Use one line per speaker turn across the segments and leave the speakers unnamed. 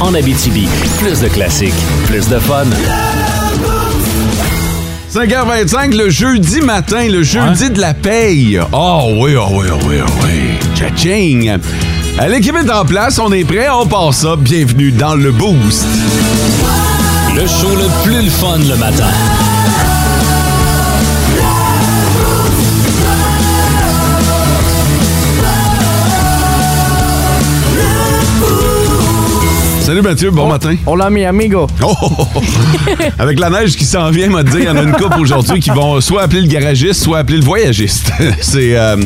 En Abitibi, plus de classiques, plus de fun.
5h25, le jeudi matin, le jeudi de la paye. Oh oui, oh oui, oh oui, oh oui. Cha-ching! Euh, L'équipe est en place, on est prêt, on part ça. Bienvenue dans le Boost.
Le show le plus le fun le matin.
Salut Mathieu, bon matin.
Hola mi amigo.
Oh, oh, oh. Avec la neige qui s'en vient, m'a dit, il y en a une coupe aujourd'hui qui vont soit appeler le garagiste, soit appeler le voyagiste. c'est euh,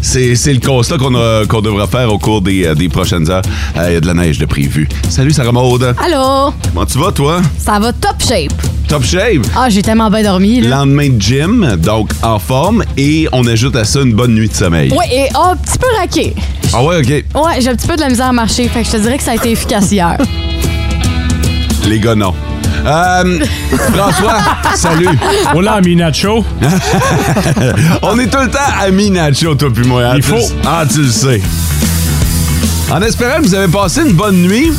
c'est- c'est le constat qu'on a- qu'on devra faire au cours des, euh, des prochaines heures. Euh, Il y a de la neige de prévu. Salut Sarah Maude.
Allô?
Comment tu vas, toi?
Ça va top shape.
Top shape?
Ah, j'ai tellement bien dormi. Là.
Lendemain de gym, donc en forme, et on ajoute à ça une bonne nuit de sommeil.
Ouais, et oh, un petit peu raqué.
Ah ouais, OK.
Ouais, j'ai un petit peu de la misère à marcher, fait que je te dirais que ça a été efficace hier.
Les gars, non. Euh, François, salut.
Hola, mi nacho.
On est tout le temps amis Nacho, toi puis moi. hein?
Il
Tu le-
faut.
Ah, tu le sais. En espérant que vous avez passé une bonne nuit,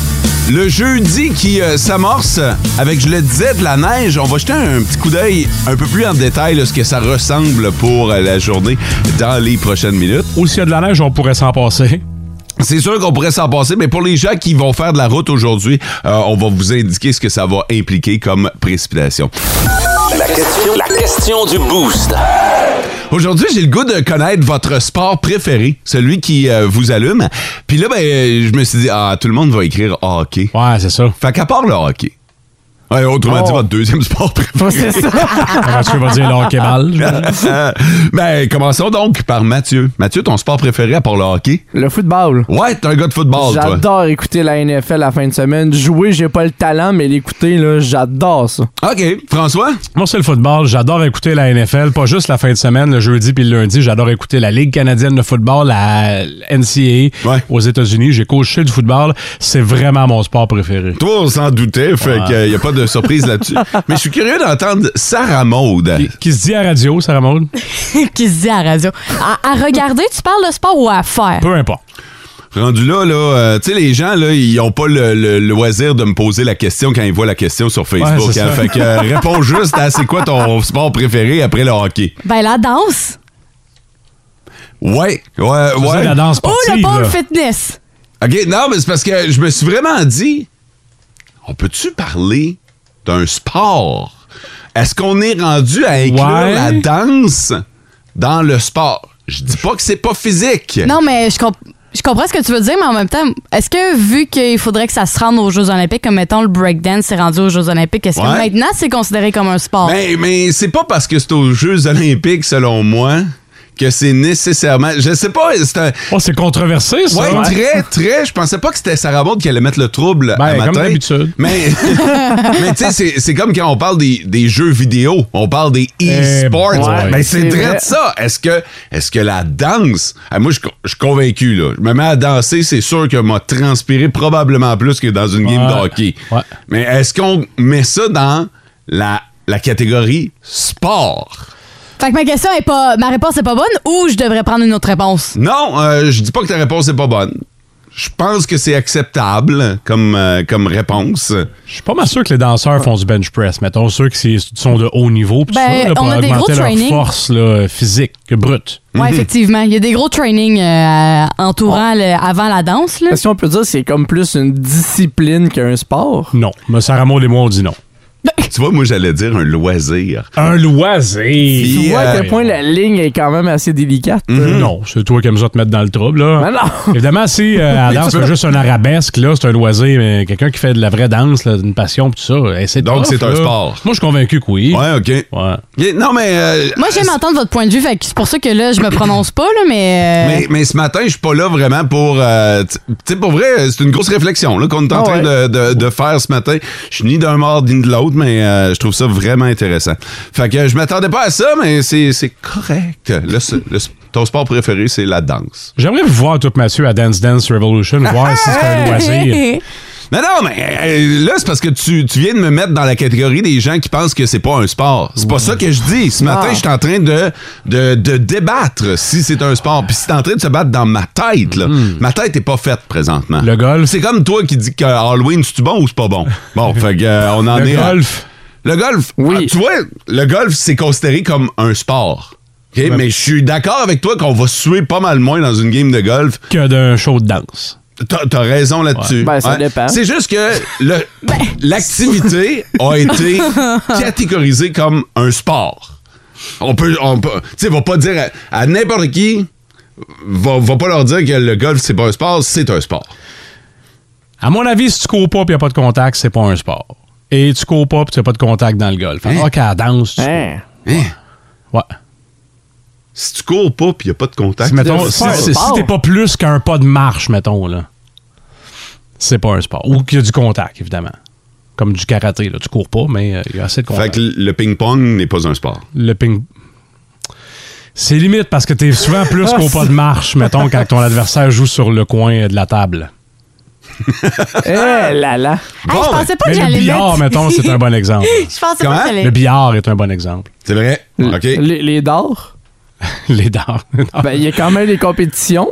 le jeudi qui euh, s'amorce avec, je le disais, de la neige, on va jeter un petit coup d'œil un peu plus en détail là, ce que ça ressemble pour euh, la journée dans les prochaines minutes.
Ou s'il y a de la neige, on pourrait s'en passer.
C'est sûr qu'on pourrait s'en passer, mais pour les gens qui vont faire de la route aujourd'hui, euh, on va vous indiquer ce que ça va impliquer comme précipitation.
La question, du boost.
Aujourd'hui, j'ai le goût de connaître votre sport préféré, celui qui euh, vous allume. Puis là, ben, euh, je me suis dit, ah, tout le monde va écrire hockey.
Ouais, c'est ça.
Fait qu'à part le hockey, ouais, autrement dit,
Oh.
votre deuxième sport préféré.
Mathieu va dire le hockey mal.
Euh, ben, commençons donc par Mathieu. Mathieu, ton sport préféré à part le hockey?
Le football.
Ouais, t'es un gars de football, toi.
J'adore écouter la NFL la fin de semaine. Jouer, j'ai pas le talent, mais l'écouter, là, j'adore ça.
OK. François?
Moi, c'est le football. J'adore écouter la NFL, pas juste la fin de semaine, le jeudi puis le lundi. J'adore écouter la Ligue canadienne de football, la NCAA
Ouais.
aux États-Unis. J'ai coaché du football. C'est vraiment mon sport préféré.
Toi, on s'en doutait, fait
Ouais.
qu'il n'y a pas de surprise là-dessus. Mais je suis curieux d'entendre Sarah Maude.
Qui se dit à radio, Sarah Maud?
Qui se dit à la radio. À, à regarder, tu parles de sport ou à faire?
Peu importe.
Rendu là, là, euh, tu sais, les gens, là, ils ont pas le, le- le loisir de me poser la question quand ils voient la question sur Facebook.
Ouais, c'est
hein.
ça.
fait que euh, réponds juste à c'est quoi ton sport préféré après le hockey.
Ben, la danse.
Ouais, ouais, ouais.
C'est la danse
Oh,
sportive.
le pôle
là.
fitness.
OK, non, mais c'est parce que je me suis vraiment dit, on peut-tu parler d'un sport? Est-ce qu'on est rendu à inclure
Ouais.
la danse dans le sport? Je dis pas que c'est pas physique.
Non, mais je, comp- je comprends ce que tu veux dire, mais en même temps, est-ce que vu qu'il faudrait que ça se rende aux Jeux Olympiques, comme mettons le breakdance s'est rendu aux Jeux Olympiques, est-ce
Ouais.
que maintenant c'est considéré comme un sport?
Ben,
Mais, Ben, mais c'est pas parce que c'est aux Jeux Olympiques, selon moi, que c'est nécessairement. Je sais pas, c'est un.
Oh, c'est controversé, ça.
Ouais,
hein?
très, très. Je pensais pas que c'était Sarah Baud qui allait mettre le trouble
Ben,
à
comme
matin.
d'habitude.
Mais, mais tu sais, c'est- c'est comme quand on parle des, des jeux vidéo, on parle des e-sports.
Eh, ouais.
Ben, c'est
C'est
vrai
vrai.
de ça. Est-ce que, est que la danse. Ah, moi, je suis con- je suis convaincu, là. Je me mets à danser, c'est sûr que m'a transpiré probablement plus que dans une game de
Ouais.
hockey.
Ouais.
Mais est-ce qu'on met ça dans la, la catégorie sport?
Fait que ma question est pas. Ma réponse est pas bonne ou je devrais prendre une autre réponse?
Non, euh, je dis pas que ta réponse est pas bonne. Je pense que c'est acceptable comme, euh, comme réponse.
Je suis pas mal sûr que les danseurs font du bench press. Mettons ceux qui sont de haut niveau. pis tout
Ben,
ça, là, pour
on a des
augmenter
gros
leur
trainings.
force là, physique, brute.
Mhm.
Ouais, effectivement. Il y a des gros trainings euh, entourant le- avant la danse, là.
Est-ce qu'on peut dire que c'est comme plus une discipline qu'un sport?
Non. Mais Sarah Maud et moi, on dit non.
tu vois, moi, j'allais dire un loisir.
Un loisir.
Tu
Puis,
vois à
euh,
quel point la ligne est quand même assez délicate.
Euh, Mm-hmm.
hein?
Mhm.
Non, c'est toi qui aimes ça te mettre dans le trouble. Là.
Ben
Mais non!
Évidemment, si euh, à la danse, c'est juste un arabesque, là, c'est un loisir, mais quelqu'un qui fait de la vraie danse, là, une passion, pis tout ça, hey, c'est
Donc,
tough,
c'est un
là.
sport.
Moi, je suis convaincu que oui.
Ouais, OK.
Ouais.
Yeah, Non, mais. euh,
Moi, j'aime entendre votre point de vue, fait que c'est pour ça que là, je me prononce pas, là, mais. euh,
Mais, mais ce matin, je suis pas là vraiment pour. euh, tu tu sais, pour vrai, c'est une grosse réflexion là, qu'on est en
Ah
train
ouais.
de, de- de faire ce matin. Je suis ni d'un mort ni de l'autre, mais euh, je trouve ça vraiment intéressant. Fait que je m'attendais pas à ça, mais c'est, c'est correct. Le s- le s- ton sport préféré, c'est la danse.
J'aimerais vous voir, tout Mathieu, à Dance Dance Revolution, voir si c'est un loisir.
Mais non, mais euh, là, c'est parce que tu, tu viens de me mettre dans la catégorie des gens qui pensent que c'est pas un sport. C'est pas ça que je dis. Ce
Ah.
matin, je suis en train de, de, de débattre si c'est un sport. Puis c'est en train de se battre dans ma tête. Là. Ma tête est pas faite présentement.
Mm-hmm. Le golf.
C'est comme toi qui dis que Halloween, c'est-tu bon ou c'est pas bon? Bon, fait que, euh, on en
Le
est. à-
golf.
Le golf.
Oui.
Ah, tu vois, le golf, c'est considéré comme un sport. OK? Mais je suis d'accord avec toi qu'on va suer pas mal moins dans une game de golf.
que d'un show de danse.
T'as t'as raison là-dessus.
Ben, ça dépend. Ben.
C'est juste que le- l'activité a été catégorisée comme un sport. On peut, on peut- tu sais, va pas dire à, à n'importe qui, va, va pas leur dire que le golf c'est pas un sport, c'est un sport.
À mon avis, si tu cours pas et a pas de contact, c'est pas un sport. Et tu cours pas et tu n'as pas de contact dans le golf.
Hein?
Alors qu'à la danse, tu...
Hein?
Hein?
ouais.
Si tu cours pas puis y a pas de contact,
Si, mettons,
c'est
si,
pas un
si- si
sport.
t'es pas plus qu'un pas de marche, mettons, là, c'est pas un sport. Ou qu'il y a du contact, évidemment. Comme du karaté, là. Tu cours pas, mais euh, il y a assez de
fait
contact.
que le ping-pong n'est pas un sport.
Le ping. C'est limite parce que t'es souvent plus qu'au pas de marche, mettons, quand ton adversaire joue sur le coin de la table.
Eh là là!
Ah, je pensais pas que
Mais le
j'allais
billard,
mettre-
mettons, c'est un bon exemple.
Je pensais
Comment?
pas que j'allais.
Le billard est un bon exemple.
C'est vrai? OK.
Les, les dards,
Les dards.
ben il y a quand même des compétitions.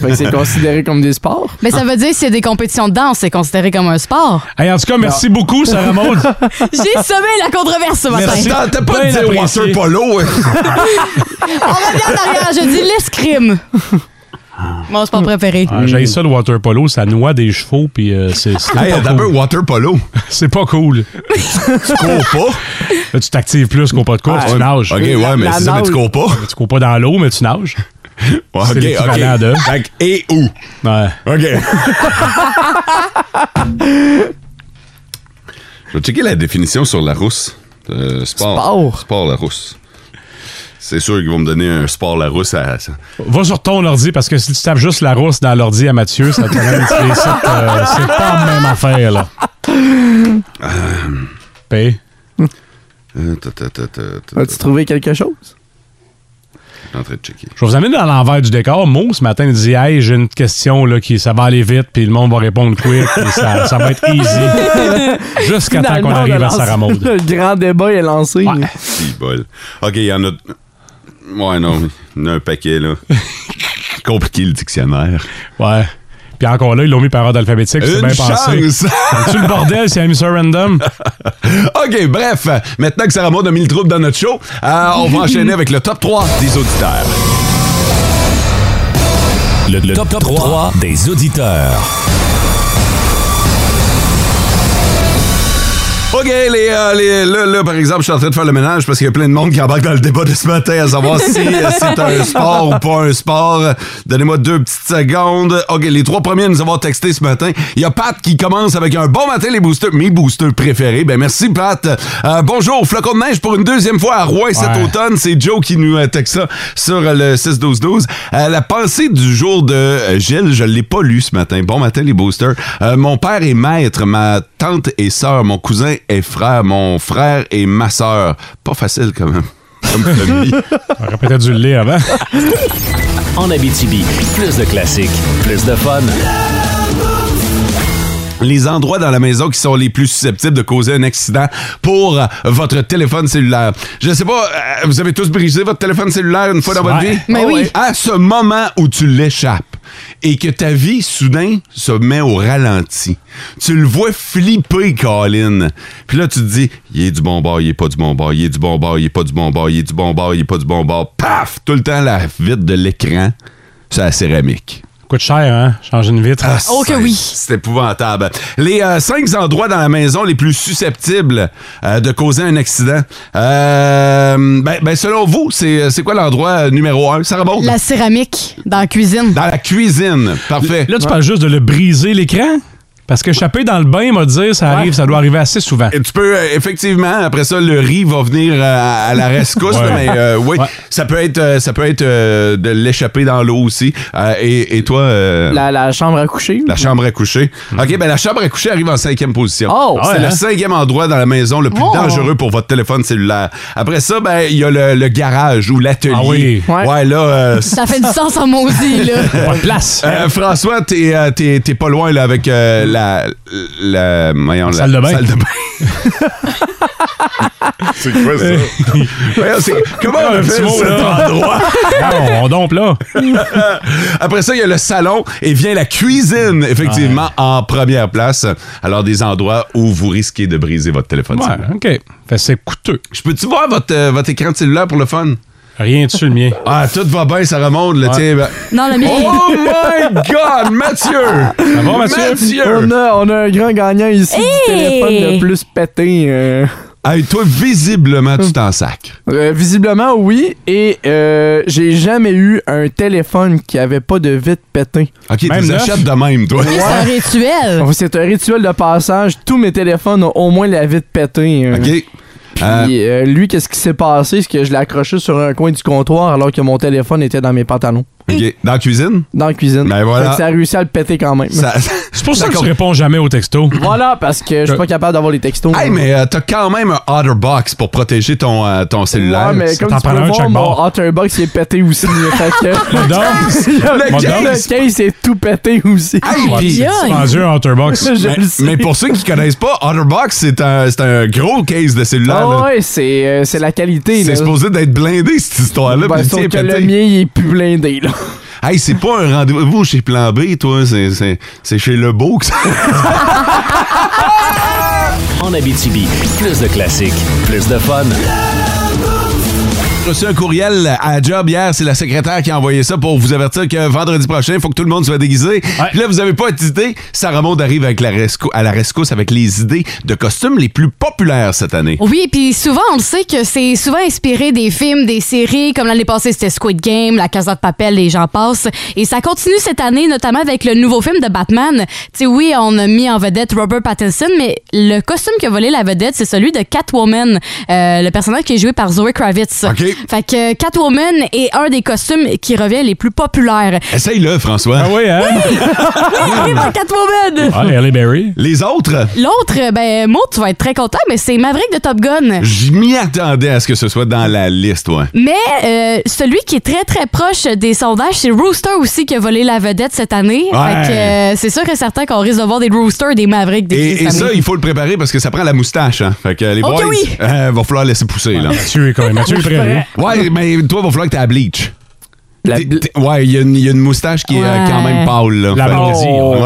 Fait que c'est considéré comme des sports. Ah.
Mais ça veut dire que c'est des compétitions de danse, c'est considéré comme un sport.
Hey, en tout cas, merci beaucoup, Sarah Maud.
J'ai semé la controverse ce matin.
Merci.
T'as t'as pas
Bien
de dire
apprécié.
water polo. hein?
On revient en arrière, je dis l'escrime. Mon sport préféré.
Ah,
Mm.
J'ai ça le water polo, ça noie des chevaux, puis euh, c'est c'est
hey,
pas,
t'as
cool.
peu water polo.
C'est pas cool.
Tu cours
Là, tu t'actives plus qu'au pas de course,
pas?
tu nages.
OK,
La-
ouais, mais
la
c'est ça, mais tu
nage.
cours pas.
Tu cours pas dans l'eau, mais tu nages.
Ouais,
C'est
OK,
l'équivalent
OK.
de-
Fait que et où?
Ouais.
OK. Je vais checker la définition sur la rousse. Euh, sport.
Sport.
Sport la rousse. C'est sûr qu'ils vont me donner un sport la rousse à.
Va sur ton ordi, parce que si tu tapes juste la rousse dans l'ordi à Mathieu, ça te ramène sur les sites, euh, c'est pas la même affaire, là. P.
Euh, ta, ta, ta, ta, ta, ta.
As-tu trouvé quelque chose?
Je suis en train de checker.
Je vais vous amène dans l'envers du décor. Mo, ce matin, il dit Hey, j'ai une question, là, qui, ça va aller vite, puis le monde va répondre quick, puis ça, ça va être easy. Jusqu'à temps qu'on
Finalement, on a
arrive à
lancé-
Sarah Maud.
Le grand débat est lancé.
Ouais.
Si, bol. OK, il y en a. Ouais, non. Il y en a un paquet, là. Compliqué le dictionnaire.
Ouais. Puis encore là, ils l'ont mis par ordre alphabétique, c'est
Une
bien pensé.
chance!
Tu le bordel, c'est mis ça random.
OK, bref, maintenant que Sarah Maud a mis le trouble dans notre show, euh, on va enchaîner avec le top 3 des auditeurs.
Le, le top, 3 des auditeurs.
OK, les, euh, les- là, là, par exemple, je suis en train de faire le ménage parce qu'il y a plein de monde qui embarque dans le débat de ce matin à savoir si euh, c'est un sport ou pas un sport. Donnez-moi deux petites secondes. OK, les trois premiers à nous avoir texté ce matin. Il y a Pat qui commence avec un bon matin, les boosters, mes boosters préférés. Ben merci, Pat. Euh, bonjour, flocon de neige pour une deuxième fois à Rouen cet
Ouais.
automne. C'est Joe qui nous euh, texte ça sur euh, le 6-12-12. Euh, la pensée du jour de euh, Gilles, je l'ai pas lu ce matin. Bon matin, les boosters. Euh, mon père est maître, ma tante est sœur, mon cousin est frère, mon frère est ma sœur. Pas facile quand même. Comme famille.
On aurait peut-être dû le lire avant.
En Abitibi, plus de classiques, plus de fun.
les endroits dans la maison qui sont les plus susceptibles de causer un accident pour euh, votre téléphone cellulaire. Je sais pas, euh, vous avez tous brisé votre téléphone cellulaire une fois dans
Ouais.
votre vie?
Mais oui.
À ce moment où tu l'échappes et que ta vie, soudain, se met au ralenti. Tu le vois flipper, Colin. Puis là, tu te dis, il est du bon bord, il est pas du bon bord, il est du bon bord, il est pas du bon bord, il est du bon bord, il est pas du bon bord. Paf! Tout le temps, la vitre de l'écran, c'est la céramique.
coûte cher, hein? Changer une vitre.
Ah,
Oh que
c'est-
oui.
C'est épouvantable. Les euh, cinq endroits dans la maison les plus susceptibles euh, de causer un accident. Euh, ben, ben, selon vous, c'est c'est quoi l'endroit numéro un? Sarah Maud?
La céramique dans la cuisine.
Dans la cuisine. Parfait.
Là, tu parles Ah, juste de le briser, l'écran? Parce que chapé dans le bain, m'a dit, ça arrive, ça doit arriver assez souvent.
Et tu peux, euh, effectivement, après ça, le riz va venir euh, à, à la rescousse,
Ouais.
là, mais euh, oui,
Ouais.
ça peut être, euh, ça peut être euh, de l'échapper dans l'eau aussi. Euh, et, et toi, euh, la...
La, la chambre à coucher.
chambre à coucher. OK, ben la chambre à coucher arrive en cinquième position.
Oh!
Ah Mm-hmm. ouais,
C'est le
hein?
cinquième endroit dans la maison le plus
Oh.
dangereux pour votre téléphone cellulaire. Après ça, ben il y a le, le garage ou l'atelier.
Ah oui.
Ouais.
Ouais, là, euh,
Ça fait du sens en maudit, là.
Pas de place.
Euh, François, t'es euh, t'es- t'es pas loin là, avec euh, la, la, voyons, la
Salle de bain.
salle de bain. c'est quoi ça? comment on
Un
appelle
petit
cet
mot, là.
endroit?
Non, on dompe là.
Après ça, il y a le salon et vient la cuisine, effectivement, en première place. Alors, des endroits où vous risquez de briser votre téléphone
Ouais,
cellulaire.
OK. Fait que c'est coûteux.
Je peux-tu voir votre, euh, votre écran de cellulaire pour le fun?
Rien dessus le mien.
Ah, tout va bien, ça remonte, le
Ouais.
tien. ben-
Non, le mien.
Oh my God, Mathieu!
Ça va, Mathieu?
On a, on a un grand gagnant ici du téléphone le plus pété. euh.
Hey, toi, visiblement, tu t'en sacres.
Euh, visiblement, oui. Et euh, j'ai jamais eu un téléphone qui avait pas de vitre pété.
OK, tu
Même
les
neuf?
achètes de même, toi.
C'est un rituel.
Donc, C'est un rituel de passage. Tous mes téléphones ont au moins la vitre pétée. euh.
OK. Euh,
Puis, euh, lui, qu'est-ce qui s'est passé? C'est que je l'ai accroché sur un coin du comptoir alors que mon téléphone était dans mes pantalons,
OK. Dans la cuisine?
dans la cuisine.
Ben voilà.
Fait que ça a réussi à le péter quand même.
Ça...
C'est pour ça que
D'accord.
tu réponds jamais aux textos. Euh,
Voilà, parce que je suis pas capable d'avoir les textos.
Hey, mais euh, t'as quand même un Otterbox pour protéger ton, euh, ton cellulaire.
Ouais, Ah, mais
ça
comme
t'en
tu peux
prend un de
voir,
chaque
mon
bord.
Otterbox il est pété aussi. fait que...
Le
Le,
Le
le
case.
case est tout pété aussi.
Aïe,
puis-
aïe.
Dans un Otterbox.
Ah, je le sais.
Mais pour ceux qui connaissent pas, Otterbox, c'est un, c'est un gros case de cellulaire.
Ah
là.
ouais, c'est euh, c'est la qualité.
C'est
là.
supposé d'être blindé, cette histoire-là.
Ben,
puis
sauf
tiens,
que
pété.
le mien, il est plus blindé, là.
Hey, c'est pas un rendez-vous chez Plan B, toi. C'est- C'est c'est chez Le Beau que ça.
En Abitibi, plus de classiques, plus de fun.
J'ai reçu un courriel à Job hier. C'est la secrétaire qui a envoyé ça pour vous avertir que vendredi prochain, il faut que tout le monde soit déguisé. Puis là, vous avez pas d'idée. Sarah Maud arrive avec la rescou- à la rescousse avec les idées de costumes les plus populaires cette année.
Oui, puis souvent, on le sait que c'est souvent inspiré des films, des séries, comme l'année passée, c'était Squid Game, La Casa de Papel et j'en passe. Et ça continue cette année, notamment avec le nouveau film de Batman. Tu sais, oui, on a mis en vedette Robert Pattinson, mais le costume qui a volé la vedette, c'est celui de Catwoman, euh, le personnage qui est joué par Zoe Kravitz.
OK.
Fait que Catwoman est un des costumes qui revient les plus populaires.
Essaye-le, François.
Ah oui, hein?
Ah.
Arrive en Catwoman!
Ah, Halle Berry.
Les autres,
L'autre, ben, Maud, tu vas être très content, mais c'est Maverick de Top Gun.
je m'y attendais à ce que ce soit dans la liste, ouais.
Mais euh, celui qui est très très proche des sondages, c'est Rooster aussi qui a volé la vedette cette année.
Ouais.
Fait que, euh, c'est sûr et certain qu'on risque de voir des Roosters, des Mavericks, des
Et, et
Chris
ça,
Family.
il faut le préparer parce que ça prend la moustache, hein. Fait que les
Ok,
boys,
oui.
euh, va falloir laisser pousser, là.
Mathieu est quand même. Mathieu est prêt. hein.
Ouais, mais toi, va falloir que t'aies la bleach.
La
T'es-
bl-
t'es- ouais, il y, a une- il y a une moustache qui est euh, quand même
Ouais.
pâle, là.
La
Fait que-
blondie.
Ouais.
on-
Il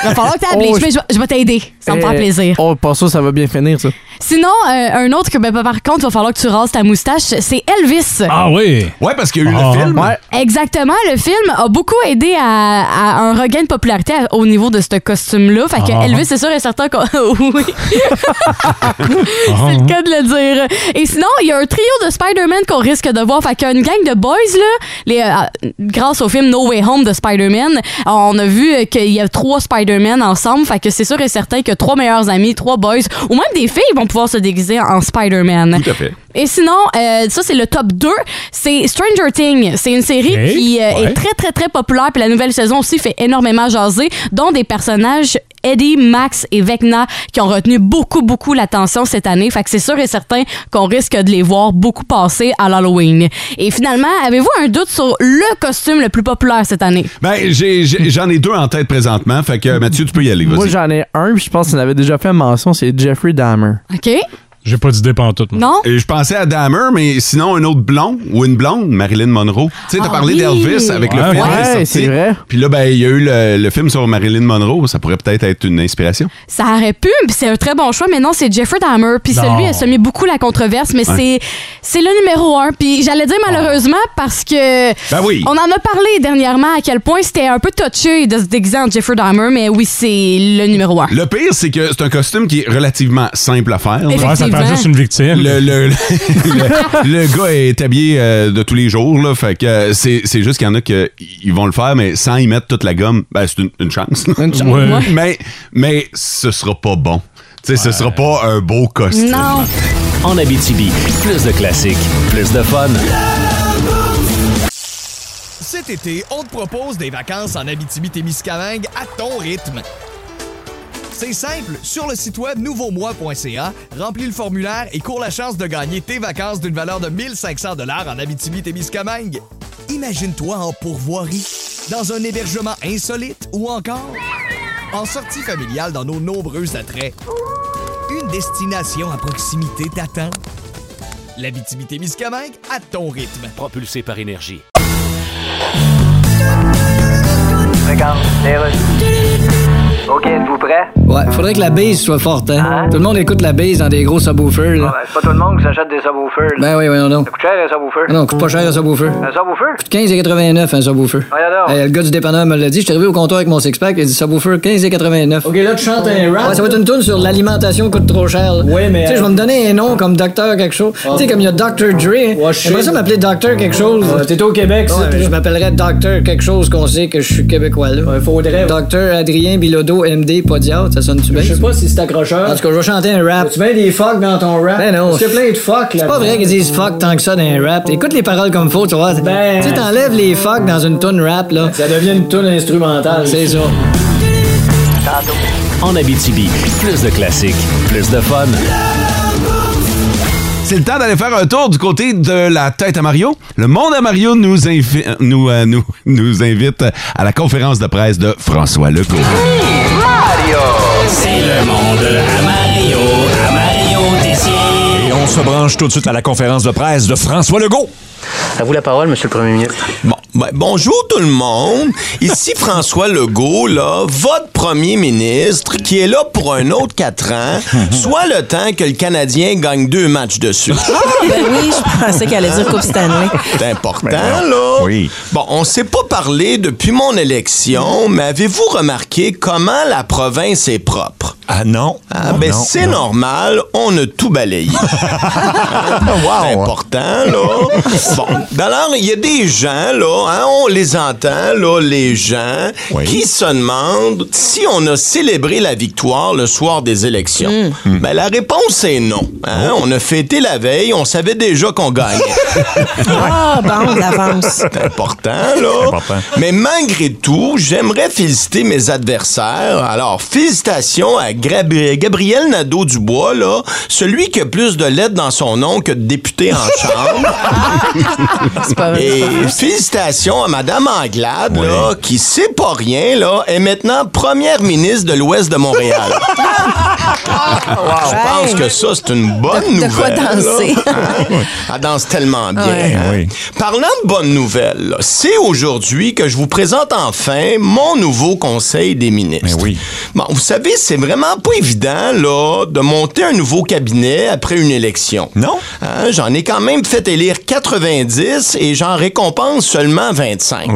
va falloir que t'appelles,
Oh,
mais je, vais- je vais t'aider. Ça me
Eh,
fera plaisir.
Oh, pas ça, ça va bien finir, ça.
Sinon, euh, un autre que ben, par contre, il va falloir que tu rases ta moustache, c'est Elvis.
Ah oui.
Ouais, parce qu'il y a eu
Ah.
le film.
Ouais.
Exactement, le film a beaucoup aidé à, à un regain de popularité à- au niveau de ce costume-là. Fait que
Ah.
Elvis, c'est sûr et certain qu'on... oui.
Mhm.
C'est le cas de le dire. Et sinon, il y a un trio de Spider-Man qu'on risque de voir. Fait qu'une gang de boys, là, les, euh, grâce au film No Way Home de Spider-Man, on a vu euh, qu'il y a trois Spider-Man ensemble. Fait que c'est sûr et certain que trois meilleurs amis, trois boys, ou même des filles vont pouvoir se déguiser en Spider-Man.
Tout à fait.
Et sinon, euh, ça c'est le top 2, c'est Stranger Things. C'est une série
Ok,
qui euh,
ouais.
est très très très populaire, puis la nouvelle saison aussi fait énormément jaser, dont des personnages Eddie, Max et Vecna qui ont retenu beaucoup beaucoup l'attention cette année. Fait que c'est sûr et certain qu'on risque de les voir beaucoup passer à l'Halloween. Et finalement, avez-vous un doute sur le costume le plus populaire cette année
Ben, j'ai- j'ai- j'en ai, deux en tête présentement. Fait que, Mathieu, tu peux y aller,
Moi,
vas-y.
j'en ai un, puis je pense qu'on avait déjà fait mention, c'est Jeffrey Dahmer.
Ok.
J'ai pas d'idée pantoute. moi.
Non?
Euh, Je pensais à Dahmer, mais sinon un autre blond ou une blonde, Marilyn Monroe. Tu sais, t'as
Ah
parlé
oui!
d'Elvis avec le
Ouais,
film. qui est
ouais,
sorti.
c'est vrai.
Puis là, ben, il y a eu le, le film sur Marilyn Monroe. Ça pourrait peut-être être une inspiration.
Ça aurait pu, puis c'est un très bon choix, mais non, c'est Jeffrey Dahmer. Puis
Non.
celui a semé beaucoup la controverse, mais c'est c'est le numéro un. Puis j'allais dire malheureusement parce que.
Ben oui.
On en a parlé dernièrement à quel point c'était un peu touché de se déguiser en Jeffrey Dahmer, mais oui, c'est le numéro un.
Le pire, c'est que c'est un costume qui est relativement simple à faire. là.
Effectivement.
Ouais, ça prend juste une victime.
Le, le, le- le gars est habillé euh, de tous les jours, là, fait que euh, c'est c'est juste qu'il y en a qui ils vont le faire, mais sans y mettre toute la gomme, ben, c'est une, une chance.
Une chance.
Ouais.
mais, mais ce sera pas bon. Tu sais, ce sera pas un beau costume.
Non.
En Abitibi, plus de classiques, plus de fun.
Cet été, on te propose des vacances en Abitibi-Témiscamingue à ton rythme. C'est simple, sur le site web nouveaumois.ca, remplis le formulaire et cours la chance de gagner tes vacances d'une valeur de 1500 dollars en Abitibi-Témiscamingue. Imagine-toi en pourvoirie, dans un hébergement insolite ou encore en sortie familiale dans nos nombreux attraits. Une destination à proximité t'attend. L'Abitibi-Témiscamingue à ton rythme.
Propulsé par énergie.
Regarde, les rues. Ok, êtes-vous prêts?
Ouais, faudrait que la base soit forte, hein. Tout le monde écoute la base dans des gros subwoofers, là.
Ben, c'est pas tout le monde qui s'achète des subwoofers. là.
Ben oui, voyons donc.
Ça coûte cher, un subwoofer.
Ah non, coûte pas cher un subwoofer.
Un subwoofer?
15,89 un subwoofer.
Voyons donc.
Hey, le gars du dépanneur me l'a dit, je suis arrivé au comptoir avec mon six-pack, il dit subwoofer 15,89. Ok, là tu chantes un rap. Ouais, ça va être une tune sur l'alimentation coûte trop cher. Ouais, mais. euh, Tu sais, je vais me donner un nom comme Docteur quelque chose. Tu sais, comme il y a Dr. Dre. hein. J'aimerais ça m'appeler Docteur quelque chose. T'es au Québec, Je m'appellerais Docteur quelque chose qu'on sait que je suis québécois là. faudrait. Docteur Adrien Bilodeau, MD, Podiatre, ça sonne-tu bien? Je sais pas si c'est accrocheur. En tout cas, je vais chanter un rap. Tu mets des fuck dans ton rap. Ben non. Parce plein de fuck là. C'est pas vrai qu'ils disent fuck tant que ça dans un rap. Écoute les paroles comme faut, tu vois. Ben. Tu sais, t'enlèves les fuck dans une tune rap là. Ça devient une tune instrumentale. C'est ça.
En Abitibi, plus de classiques, plus de fun.
C'est le temps d'aller faire un tour du côté de la tête à Mario. Le monde à Mario nous, invi- euh, nous, euh, nous, nous invite à la conférence de presse de François Legault.
C'est le monde à Mario, à Mario Tessier.
Et on se branche tout de suite à la conférence de presse de François Legault.
À vous la parole, monsieur le premier ministre.
Bon, ben, bonjour tout le monde. Ici François Legault, là, votre premier ministre, qui est là pour un autre quatre ans, soit le temps que le Canadien gagne deux matchs de suite.
Ben oui, je pensais qu'elle allait dire Coupe Stanley.
C'est important, là.
Ben, Oui.
Bon, on s'est pas parlé depuis mon élection, mais avez-vous remarqué comment la province est propre?
Ah non.
Ah, ben,
non,
c'est
non.
normal, on a tout balayé.
Ah,
C'est important, là. Bon, Ben alors, il y a des gens, là, hein, on les entend, là, les gens,
Oui.
qui se demandent si on a célébré la victoire le soir des élections. Ben, la réponse est non. hein. On a fêté la veille, on savait déjà qu'on gagnait.
Ah, bon, d'avance.
C'est important, là.
Important.
Mais malgré tout, j'aimerais féliciter mes adversaires. Alors, félicitations à Grab- Gabriel Nadeau-Dubois, là, celui qui a plus de lettres dans son nom que de député en chambre.
C'est pas vrai.
Et félicitations à Madame Anglade, là, qui sait pas rien, là, est maintenant première ministre de l'Ouest de Montréal. Je pense
Ah, Hey.
que ça, c'est une bonne
De-
nouvelle.
de quoi danser.
là. Hein? Elle danse tellement bien.
Ouais.
hein?
Eh Oui.
Parlant de bonnes nouvelles, là, c'est aujourd'hui que je vous présente enfin mon nouveau conseil des ministres.
Mais Eh oui.
Bon, vous savez, c'est vraiment pas évident, là, de monter un nouveau cabinet après une élection.
Non?
Hein, j'en ai quand même fait élire 90 et j'en récompense seulement 25.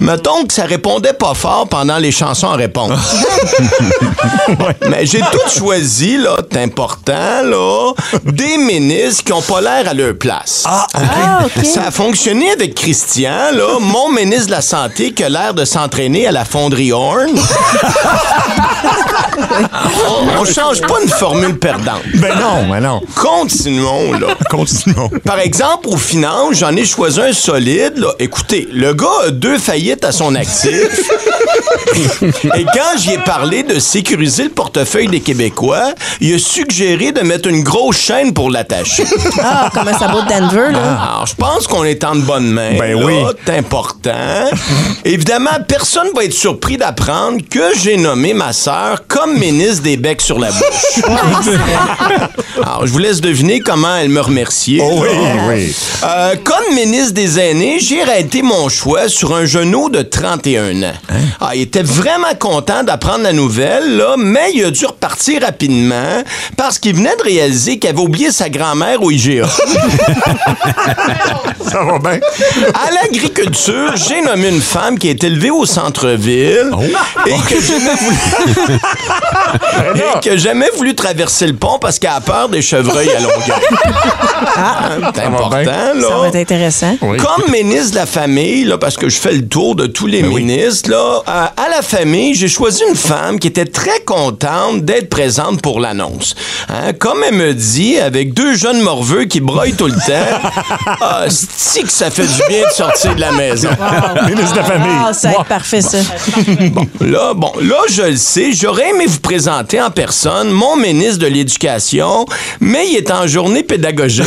Mettons que ça répondait pas fort pendant les chansons en réponse. Mais j'ai tout choisi, là, c'est important, là, des ministres qui ont pas l'air à leur place. Hein?
Ah, OK.
Ça a fonctionné avec Christian, là, mon ministre de la Santé qui a l'air de s'entraîner à la fonderie Horn. on, on change pas une formule perdante.
Ben non, ben non.
Continuons, là.
Continuons.
Par exemple, aux finances, j'en ai choisi un solide. là. Écoutez, le gars a deux faillites à son actif. Et quand j'y ai parlé de sécuriser le portefeuille des Québécois, il a suggéré de mettre une grosse chaîne pour l'attacher.
Ah, comme un sabot de Denver, là.
Alors, je pense qu'on est en de bonnes mains.
Ah. Ben
là.
oui.
C'est important. Évidemment, personne va être surpris d'apprendre que j'ai nommé ma sœur comme ministre des becs sur la bouche. Alors, je vous laisse deviner comment elle me remerciait.
oui,
Là. Euh, comme ministre des aînés, j'ai arrêté mon choix sur un genou de 31 ans. Ah, il était vraiment content d'apprendre la nouvelle, là, mais il a dû repartir rapidement parce qu'il venait de réaliser qu'il avait oublié sa grand-mère au IGA. Ça va bien. À l'agriculture, j'ai nommé une femme qui est élevée au centre-ville et que je ne voulais- et qui a jamais voulu traverser le pont parce qu'elle a peur des chevreuils à longueur. C'est important, là.
Ah. Ça va être intéressant.
Comme ministre de la famille, là, parce que je fais le tour de tous les
Ben
ministres, là, euh, à la famille, j'ai choisi une femme qui était très contente d'être présente pour l'annonce. Hein, comme elle me dit, avec deux jeunes morveux qui broient tout le temps, ah, c'est que ça fait du bien de sortir de la maison.
Ministre de la famille. Ah, ça va être parfait, ça.
Là, bon, là, je le sais, j'aurais aimé vous présenter en personne mon ministre de l'Éducation, mais il est en journée pédagogique.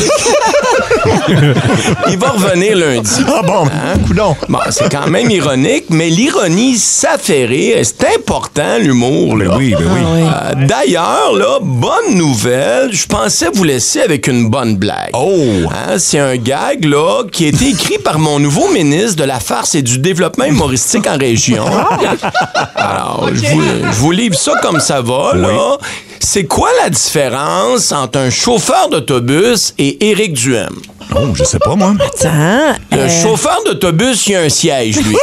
il va revenir lundi. Ah bon, coudon. Bon, c'est quand même ironique, mais l'ironie, ça fait rire. C'est important, l'humour. Ben oui, oui. Euh, D'ailleurs, là, bonne nouvelle, je pensais vous laisser avec une bonne blague. Oh! c'est un gag, là, qui a été écrit par mon nouveau ministre de la farce et du développement humoristique en région. Ah! Alors, je, vous, je vous livre ça comme ça va, là. C'est quoi la différence entre un chauffeur d'autobus et Éric Duhem? Oh, je sais pas, moi.
euh,
Le
Euh.
chauffeur d'autobus, il y a un siège, lui.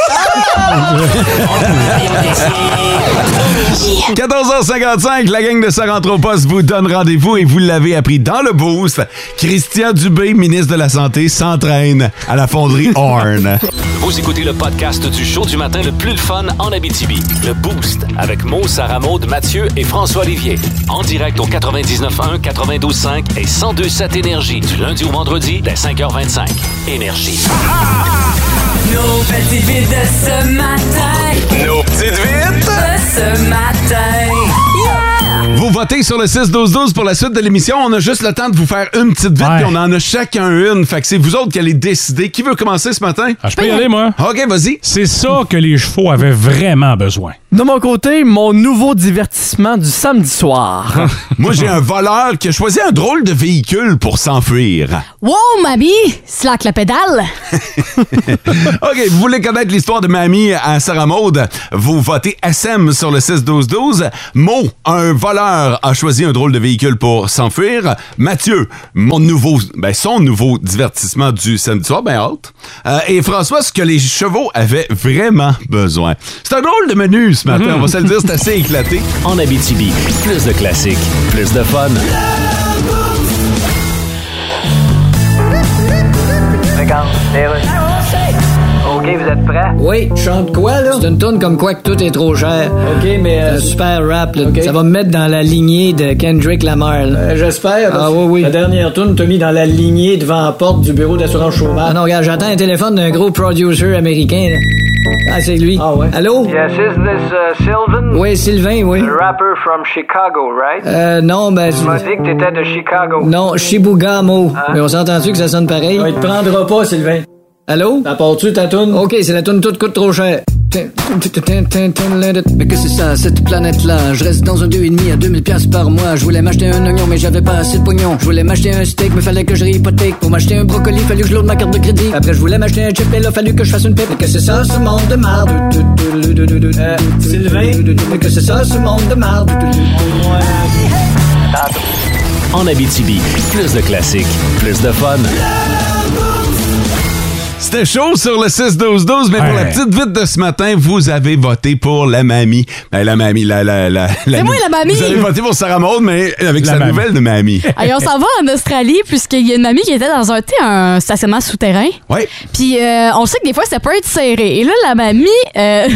14h55, la gang de Ça rentre au poste vous donne rendez-vous et vous l'avez appris dans le boost. Christian Dubé, ministre de la Santé, s'entraîne à la fonderie Horn.
Vous écoutez le podcast du show du matin le plus le fun en Abitibi. Le Boost avec Mo, Sarah Maud, Mathieu et François Olivier. En direct au 99.1, 92.5 et 102.7 Énergie du lundi au vendredi dès 5h25. Énergie.
Nos petites vites de ce matin. Nos petites vites de ce matin.
Vous votez sur le 6-12-12 pour la suite de l'émission. On a juste le temps de vous faire une petite vite, puis on en a chacun une. Fait que c'est vous autres qui allez décider. Qui veut commencer ce matin?
Ah, Je peux y aller, moi.
OK, vas-y.
C'est ça que les chevaux avaient vraiment besoin.
De mon côté, mon nouveau divertissement du samedi soir.
Moi, j'ai un voleur qui a choisi un drôle de véhicule pour s'enfuir.
Wow, mamie! Slack la pédale!
OK, vous voulez connaître l'histoire de mamie à Sarah Maude? Vous votez SM sur le 6-12-12. Mo, un voleur, a choisi un drôle de véhicule pour s'enfuir. Mathieu, mon nouveau, ben, son nouveau divertissement du samedi soir, ben hâte. Euh, et François, ce que les chevaux avaient vraiment besoin. C'est un drôle de menu ce matin, on va se le dire, c'est assez éclaté.
En Abitibi, plus de classiques, plus de fun.
Regarde, les rues. OK, vous êtes prêts?
Oui, chante quoi, là? C'est une tourne comme quoi que tout est trop cher. OK, mais... euh, Un super rap, là. Ça va me mettre dans la lignée de Kendrick Lamar, là. J'espère. Ah oui, oui. La dernière tourne t'a mis dans la lignée devant la porte du bureau d'assurance chômage. Ah non, regarde, j'attends un téléphone d'un gros producer américain, là. Ah, c'est lui. Ah ouais? Allô?
Yes, is this uh, Sylvan?
Oui, Sylvain, oui.
The rapper from Chicago, right?
Euh, non, ben...
Tu m'as dit que t'étais de Chicago. Hein?
Non, Shibugamo. Mais on s'entend-tu que ça sonne pareil?
Ouais, il te prendra
pas, Sylvain. Allô? T'apportes-tu ta toune? OK, c'est la toune toute coûte trop cher. Mais que c'est ça, cette planète-là? Je reste dans un 2,5 à 2000 piastres par mois. Je voulais m'acheter un oignon, mais j'avais pas assez de pognon. Je voulais m'acheter un steak, mais fallait que je réhypothèque. Pour m'acheter un brocoli, fallu que je load ma carte de crédit. Après, je voulais m'acheter un chip, et là, fallu que je fasse une pipe. Mais que c'est ça, ce monde de marde? Euh, Sylvain? Mais que c'est ça, ce monde de marde?
En Abitibi, plus de classiques, plus de fun.
C'était chaud sur le 6-12-12, mais pour la petite vite de ce matin, vous avez voté pour la mamie. Ben, la mamie, la... la, la, la-
moi, la mamie!
Vous avez voté pour Sarah Maud, mais avec
La
sa
mamie.
nouvelle de mamie.
Allez, on s'en va en Australie, puisqu'il y a une mamie qui était dans un, tu sais, un stationnement souterrain.
Ouais.
Puis euh, on sait que des fois, ça peut être serré. Et là, la mamie, euh,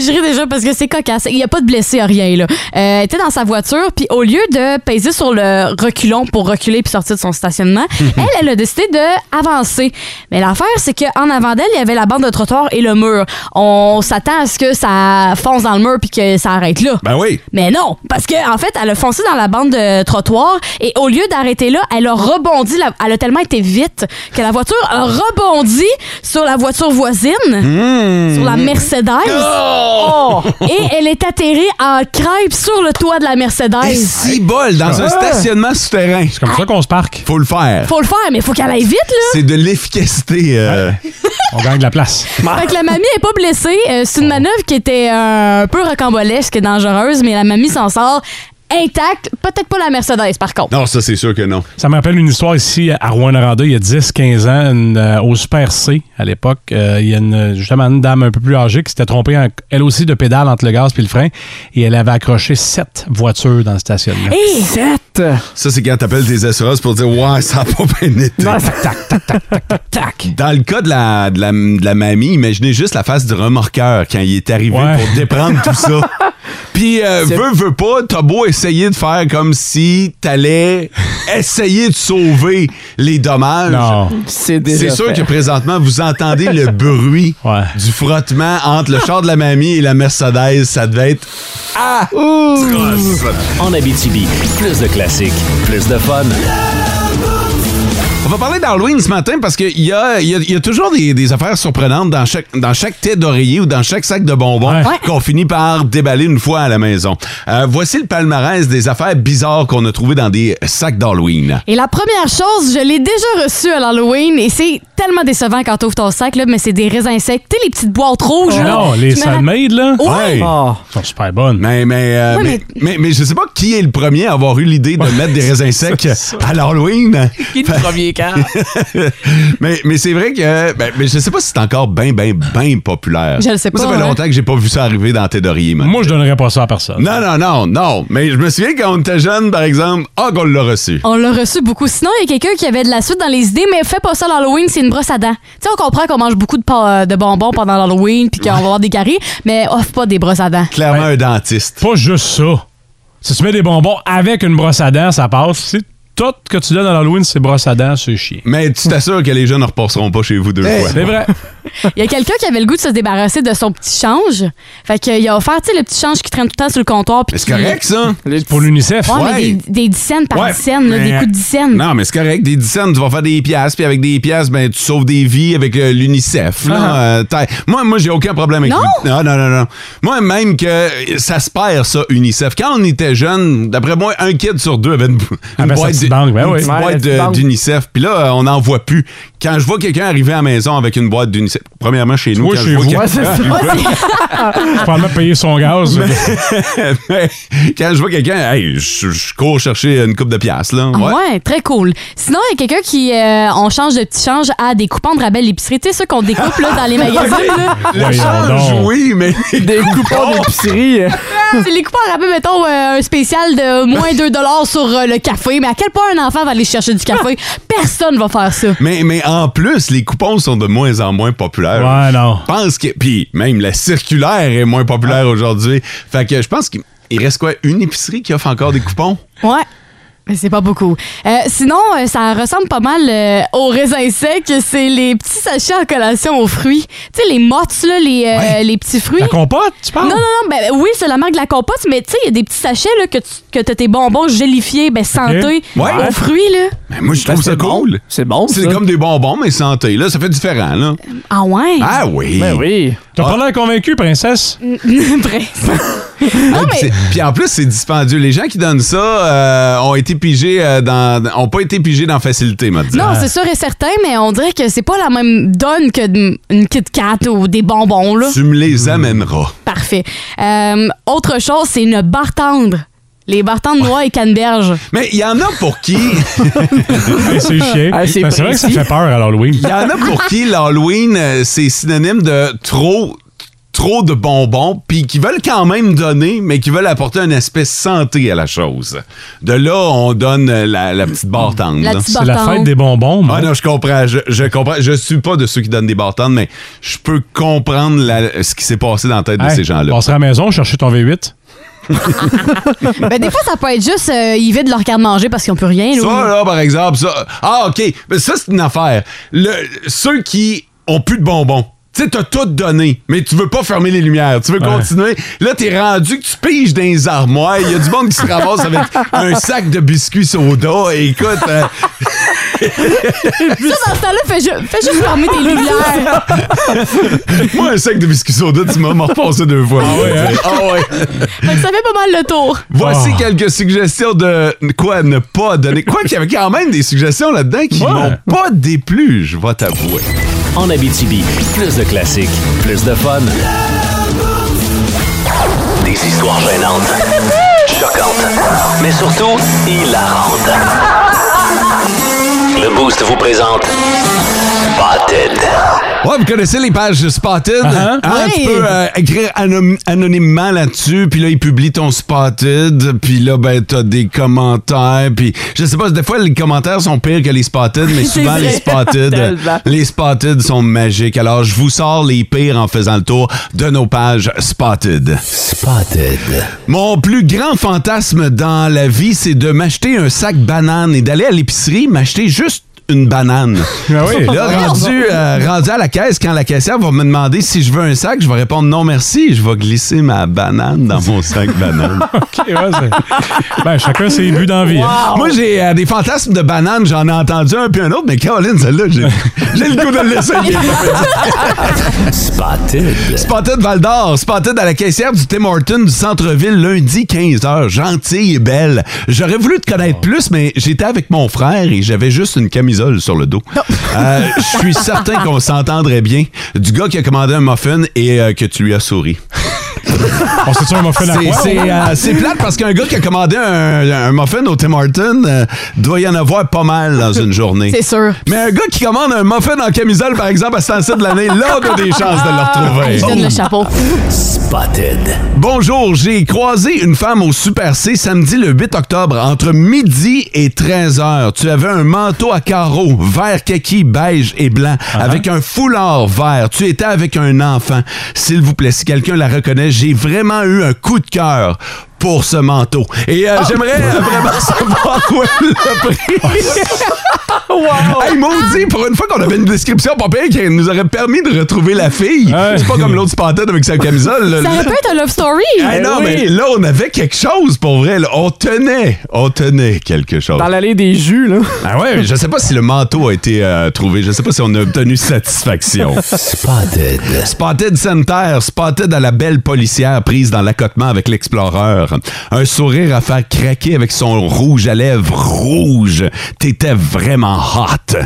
Je ris déjà parce que c'est cocasse. Il n'y a pas de blessé à rien, là. Euh, elle était dans sa voiture, puis au lieu de peser sur le reculon pour reculer puis sortir de son stationnement, elle, elle a décidé d'avancer. Mais l'affaire, c'est qu'en avant d'elle, il y avait la bande de trottoir et le mur. On s'attend à ce que ça fonce dans le mur puis que ça arrête là.
Ben oui.
Mais non, parce que en fait, elle a foncé dans la bande de trottoir et au lieu d'arrêter là, elle a rebondi. la- Elle a tellement été vite que la voiture a rebondi sur la voiture voisine,
Hmm.
sur la Mercedes.
Oh!
Et elle est atterrée en crêpe sur le toit de la
Et
Mercedes.
si bol dans un
Ah.
stationnement souterrain. C'est comme ça qu'on se parque. Faut le faire.
Faut le faire, mais faut qu'elle aille vite, là.
C'est de l'efficacité. euh, On gagne de la place.
Fait que la mamie est pas blessée. Euh, c'est une
Oh.
manœuvre qui était euh, un peu rocambolesque et dangereuse, mais la mamie s'en sort intacte. Peut-être pas la Mercedes, par contre.
Non, ça, c'est sûr que non.
Ça me rappelle une histoire ici à Rouen-Noranda, il y a 10-15 ans, une, euh, au Super C, à l'époque. euh, il y a une, justement une dame un peu plus âgée qui s'était trompée, en- elle aussi, de pédale entre le gaz puis le frein, et elle avait accroché sept voitures dans le stationnement.
Et
Ça, c'est quand t'appelles tes assurances pour dire Ouais, ça a pas bien été. tac, tac, tac, tac, tac. Dans le cas de la, de la, de la mamie, imaginez juste la face du remorqueur quand il est arrivé pour déprendre tout ça. Puis, euh, veux, veux pas, t'as beau essayer de faire comme si t'allais essayer de sauver les dommages.
C'est déjà
sûr
fait.
que présentement, vous entendez le bruit du frottement entre le char de la mamie et la Mercedes. Ça devait être
Ah! En Abitibi, plus de classiques, plus de fun.
On va parler d'Halloween ce matin parce qu'il y a, il y a- il y a toujours des, des affaires surprenantes dans chaque, dans chaque tête d'oreiller ou dans chaque sac de bonbons qu'on finit par déballer une fois à la maison. Euh, voici le palmarès des affaires bizarres qu'on a trouvées dans des sacs d'Halloween.
Et la première chose, je l'ai déjà reçue à l'Halloween et c'est tellement décevant quand t'ouvres ton sac, là, mais c'est des raisins secs. Tu sais, les petites boîtes rouges. là.
Oh Non, les
Oh, Tu me rappelles-
Sunmade, là.
Ouais. Ah.
Ils sont super bonnes.
Mais, mais, euh,
Ouais,
mais, mais, mais je sais pas qui est le premier à avoir eu l'idée de mettre des raisins secs à l'Halloween.
Qui est le premier quart?
Ah.
mais mais c'est vrai que ben, mais je sais pas si c'est encore bien, bien, bien populaire.
Je le sais
Moi,
pas,
ça fait
hein.
longtemps que j'ai pas vu ça arriver dans tes d'oreiller. man.
Moi, je donnerais pas ça à personne.
Non, non, non, non. Mais je me souviens quand on était jeune, par exemple, ah, qu'on l'a reçu.
On l'a reçu beaucoup. Sinon, il y a quelqu'un qui avait de la suite dans les idées, mais fais pas ça à l'Halloween, c'est une brosse à dents. Tu sais, on comprend qu'on mange beaucoup de, pa- euh, de bonbons pendant l'Halloween puis qu'on va avoir des caries, mais offre pas des brosses à dents.
Clairement un dentiste.
Pas juste ça. Si tu mets des bonbons avec une brosse à dents, ça passe. C'est tout que tu donnes à l'Halloween, c'est brosse à dents, c'est chier.
Mais tu t'assures que les gens ne repasseront pas chez vous deux
Hey,
fois.
c'est vrai.
Il y a quelqu'un qui avait le goût de se débarrasser de son petit change. Fait qu'il a offert, tu sais, le petit change qui traîne tout le temps sur le comptoir. puis
Mais c'est
qui-
correct, ça?
C'est pour l'UNICEF.
Ouais, mais des, des dix cents par
Ouais.
dix cents, là, des
Mais,
coups de dix cents.
Non, mais c'est correct. Des 10 cents, tu vas faire des piastres, puis avec des piastres, ben, tu sauves des vies avec euh, l'UNICEF. là. Euh, t'as- moi, moi j'ai aucun problème avec
Ah Non?
l'U- Non, non, non, non. Moi, même que euh, ça se perd, ça, UNICEF. Quand on était jeune, d'après moi, un kid sur deux avait une, bo- une
ben, sa
boîte
petite
de-
banque, ben
une
oui.
petite
Ouais, la
boîte
petite
de-
banque.
d'UNICEF. Puis là, euh, on n'en voit plus. Quand je vois quelqu'un arriver à la maison avec une boîte d'UNICEF, premièrement, chez nous,
vois,
quand
chez
je vois
vous.
quelqu'un
Ouais, c'est ça.
arriver- Ah.
Probablement payer son gaz.
Mais- mais quand je vois quelqu'un, hey, je, je cours chercher une coupe de piastres, là.
Ah
Ouais.
ouais. très cool. Sinon, il y a quelqu'un qui, euh, on change de petit change à des coupons de rabais à l'épicerie. Tu sais, ceux qu'on découpe là, dans les magasins. là.
Le
Voyons
change,
donc.
oui, mais. Des
coupons d'épicerie.
C'est les coupons à rabais, mettons, euh, un spécial de moins 2 sur euh, le café. Mais à quel point un enfant va aller chercher du café? Personne va faire ça.
Mais, mais en plus, les coupons sont de moins en moins populaires.
Ouais, non. Ah.
Je pense que. Puis même la circulaire est moins populaire aujourd'hui. Fait que je pense qu'il il reste quoi? Une épicerie qui offre encore des coupons?
Ouais. Mais c'est pas beaucoup. Euh, sinon, euh, ça ressemble pas mal euh, aux raisins secs. C'est les petits sachets à collation aux fruits. Tu sais, les mottes, là, les, euh, les petits fruits.
La compote, tu parles?
Non, non, non. Ben, oui, c'est la marque de la compote, mais tu sais, il y a des petits sachets là, que tu que t'as tes bonbons gélifiés, ben, santé,
Ouais.
aux fruits. Là.
Ben, moi, je trouve ça cool.
C'est bon.
C'est comme des bonbons, mais santé. Là, ça fait différent, là.
Ah ouais?
Ah oui. Ah.
Ben
oui.
T'as pas l'air convaincu, princesse?
Bref. non,
Puis c'est- Puis en plus, c'est dispendieux. Les gens qui donnent ça euh, ont été pigés euh, dans. ont pas été pigés dans facilité, m'a dit.
Non,
Ah.
c'est sûr et certain, mais on dirait que c'est pas la même donne que d- une Kit Kat ou des bonbons. Là.
Tu me les amèneras.
Parfait. Euh, autre chose, c'est une barre tendre. Les barres tendres noix et canneberge.
Mais il y en a pour qui.
Hey, Ben, c'est chiant.
Ah, c'est
Ben, c'est vrai que ça
précis.
fait peur à l'Halloween.
Il y en a pour qui l'Halloween, euh, c'est synonyme de trop trop de bonbons, puis qui veulent quand même donner, mais qui veulent apporter un aspect santé à la chose. De là, on donne la, la petite barre tendre.
La petite barre C'est la tendre. fête des bonbons. hein?
Ah non, je comprends. Je, je comprends. Je suis pas de ceux qui donnent des barres tendres, mais je peux comprendre la- ce qui s'est passé dans la tête de
Hey,
ces gens-là.
passerais à la maison, chercher ton V8.
Ben, des fois, ça peut être juste, euh, ils vident leur carte manger parce qu'ils n'ont plus rien. là.
Ça, là, par exemple, ça. Ah, OK. Mais ça, c'est une affaire. Le, ceux qui ont plus de bonbons. Tu sais, t'as tout donné, mais tu veux pas fermer les lumières. Tu veux continuer. Là, t'es rendu que tu piges dans les armoires. Il y a du monde qui se ramasse avec un sac de biscuits soda. Et écoute. euh,
Ça, dans ce temps-là, fais, ju- fais juste fermer tes lumières.
moi, un sac de biscuits soda, tu m'as m'en repassé deux fois. Ah ouais, Ah.
Fait que ça fait pas mal le tour.
Voici quelques suggestions de quoi ne pas donner. Quoi qu'il y avait quand même des suggestions là-dedans qui m'ont pas déplu, je vais t'avouer.
En Abitibi, plus de classiques, plus de fun. Des histoires gênantes, choquantes, mais surtout hilarantes. Le Boost vous présente Spotted.
Ouais, vous connaissez les pages Spotted?
Uh-huh.
Hein, Tu
Oui.
peux euh, écrire anom- anonymement là-dessus, puis là, ils publient ton Spotted, puis là, ben, t'as des commentaires, puis je sais pas, des fois, les commentaires sont pires que les Spotted, mais
C'est
souvent,
vrai.
les Spotted, euh,
Tellement.
les Spotted sont magiques. Alors, je vous sors les pires en faisant le tour de nos pages Spotted. Spotted. Mon plus grand fantasme dans la vie, c'est de m'acheter un sac banane et d'aller à l'épicerie m'acheter juste une banane.
Ah oui.
Là, rendu, euh, rendu à la caisse, quand la caissière va me demander si je veux un sac, je vais répondre non merci. Je vais glisser ma banane dans mon sac banane.
OK, ouais, c'est- ben, chacun ses buts d'envie.
Moi, j'ai euh, des fantasmes de banane. J'en ai entendu un puis un autre, mais Caroline, celle-là, j'ai j'ai le goût de l'essayer.
Spotted.
Spotted Val d'Or, Spotted à la caissière du Tim Horton du centre-ville lundi 15h. Gentille et belle. J'aurais voulu te connaître plus, mais j'étais avec mon frère et j'avais juste une camisole sur le dos. Euh, Je suis certain qu'on s'entendrait bien du gars qui a commandé un muffin et euh, que tu lui as souri.
On s'est sûr un muffin à
C'est-
quoi?
C'est euh, c'est plate parce qu'un gars qui a commandé un, un muffin au Tim Horton euh, doit y en avoir pas mal dans une journée.
C'est sûr.
Mais un gars qui commande un muffin en camisole, par exemple, à ce temps-ci de l'année, là, on a des chances de le retrouver.
Je donne le chapeau.
Spotted.
Bonjour, j'ai croisé une femme au Super C samedi le 8 octobre entre midi et 13h. Tu avais un manteau à carreaux, vert kaki, beige et blanc,
Ah
avec
hein?
un foulard vert. Tu étais avec un enfant. S'il vous plaît, si quelqu'un la reconnaît, j'ai vraiment eu un coup de cœur pour ce manteau. Et
Oh!
euh, j'aimerais euh, vraiment savoir où elle l'a pris. Hey, maudit, pour une fois qu'on avait une description pas pire qui nous aurait permis de retrouver la fille. C'est pas comme l'autre spantade avec sa camisole. là.
Ça aurait pu être un love story.
Hey, Eh non, mais là, on avait quelque chose pour vrai. là. On tenait, on tenait quelque chose.
Dans l'allée des jus, là.
Ah ouais, mais je sais pas si le manteau a été euh, trouvé. Je sais pas si on a obtenu satisfaction. Spotted. Spotted Center. Spotted à la belle policière prise dans l'accotement avec l'explorer. Un sourire à faire craquer avec son rouge à lèvres rouge. T'étais vraiment hot.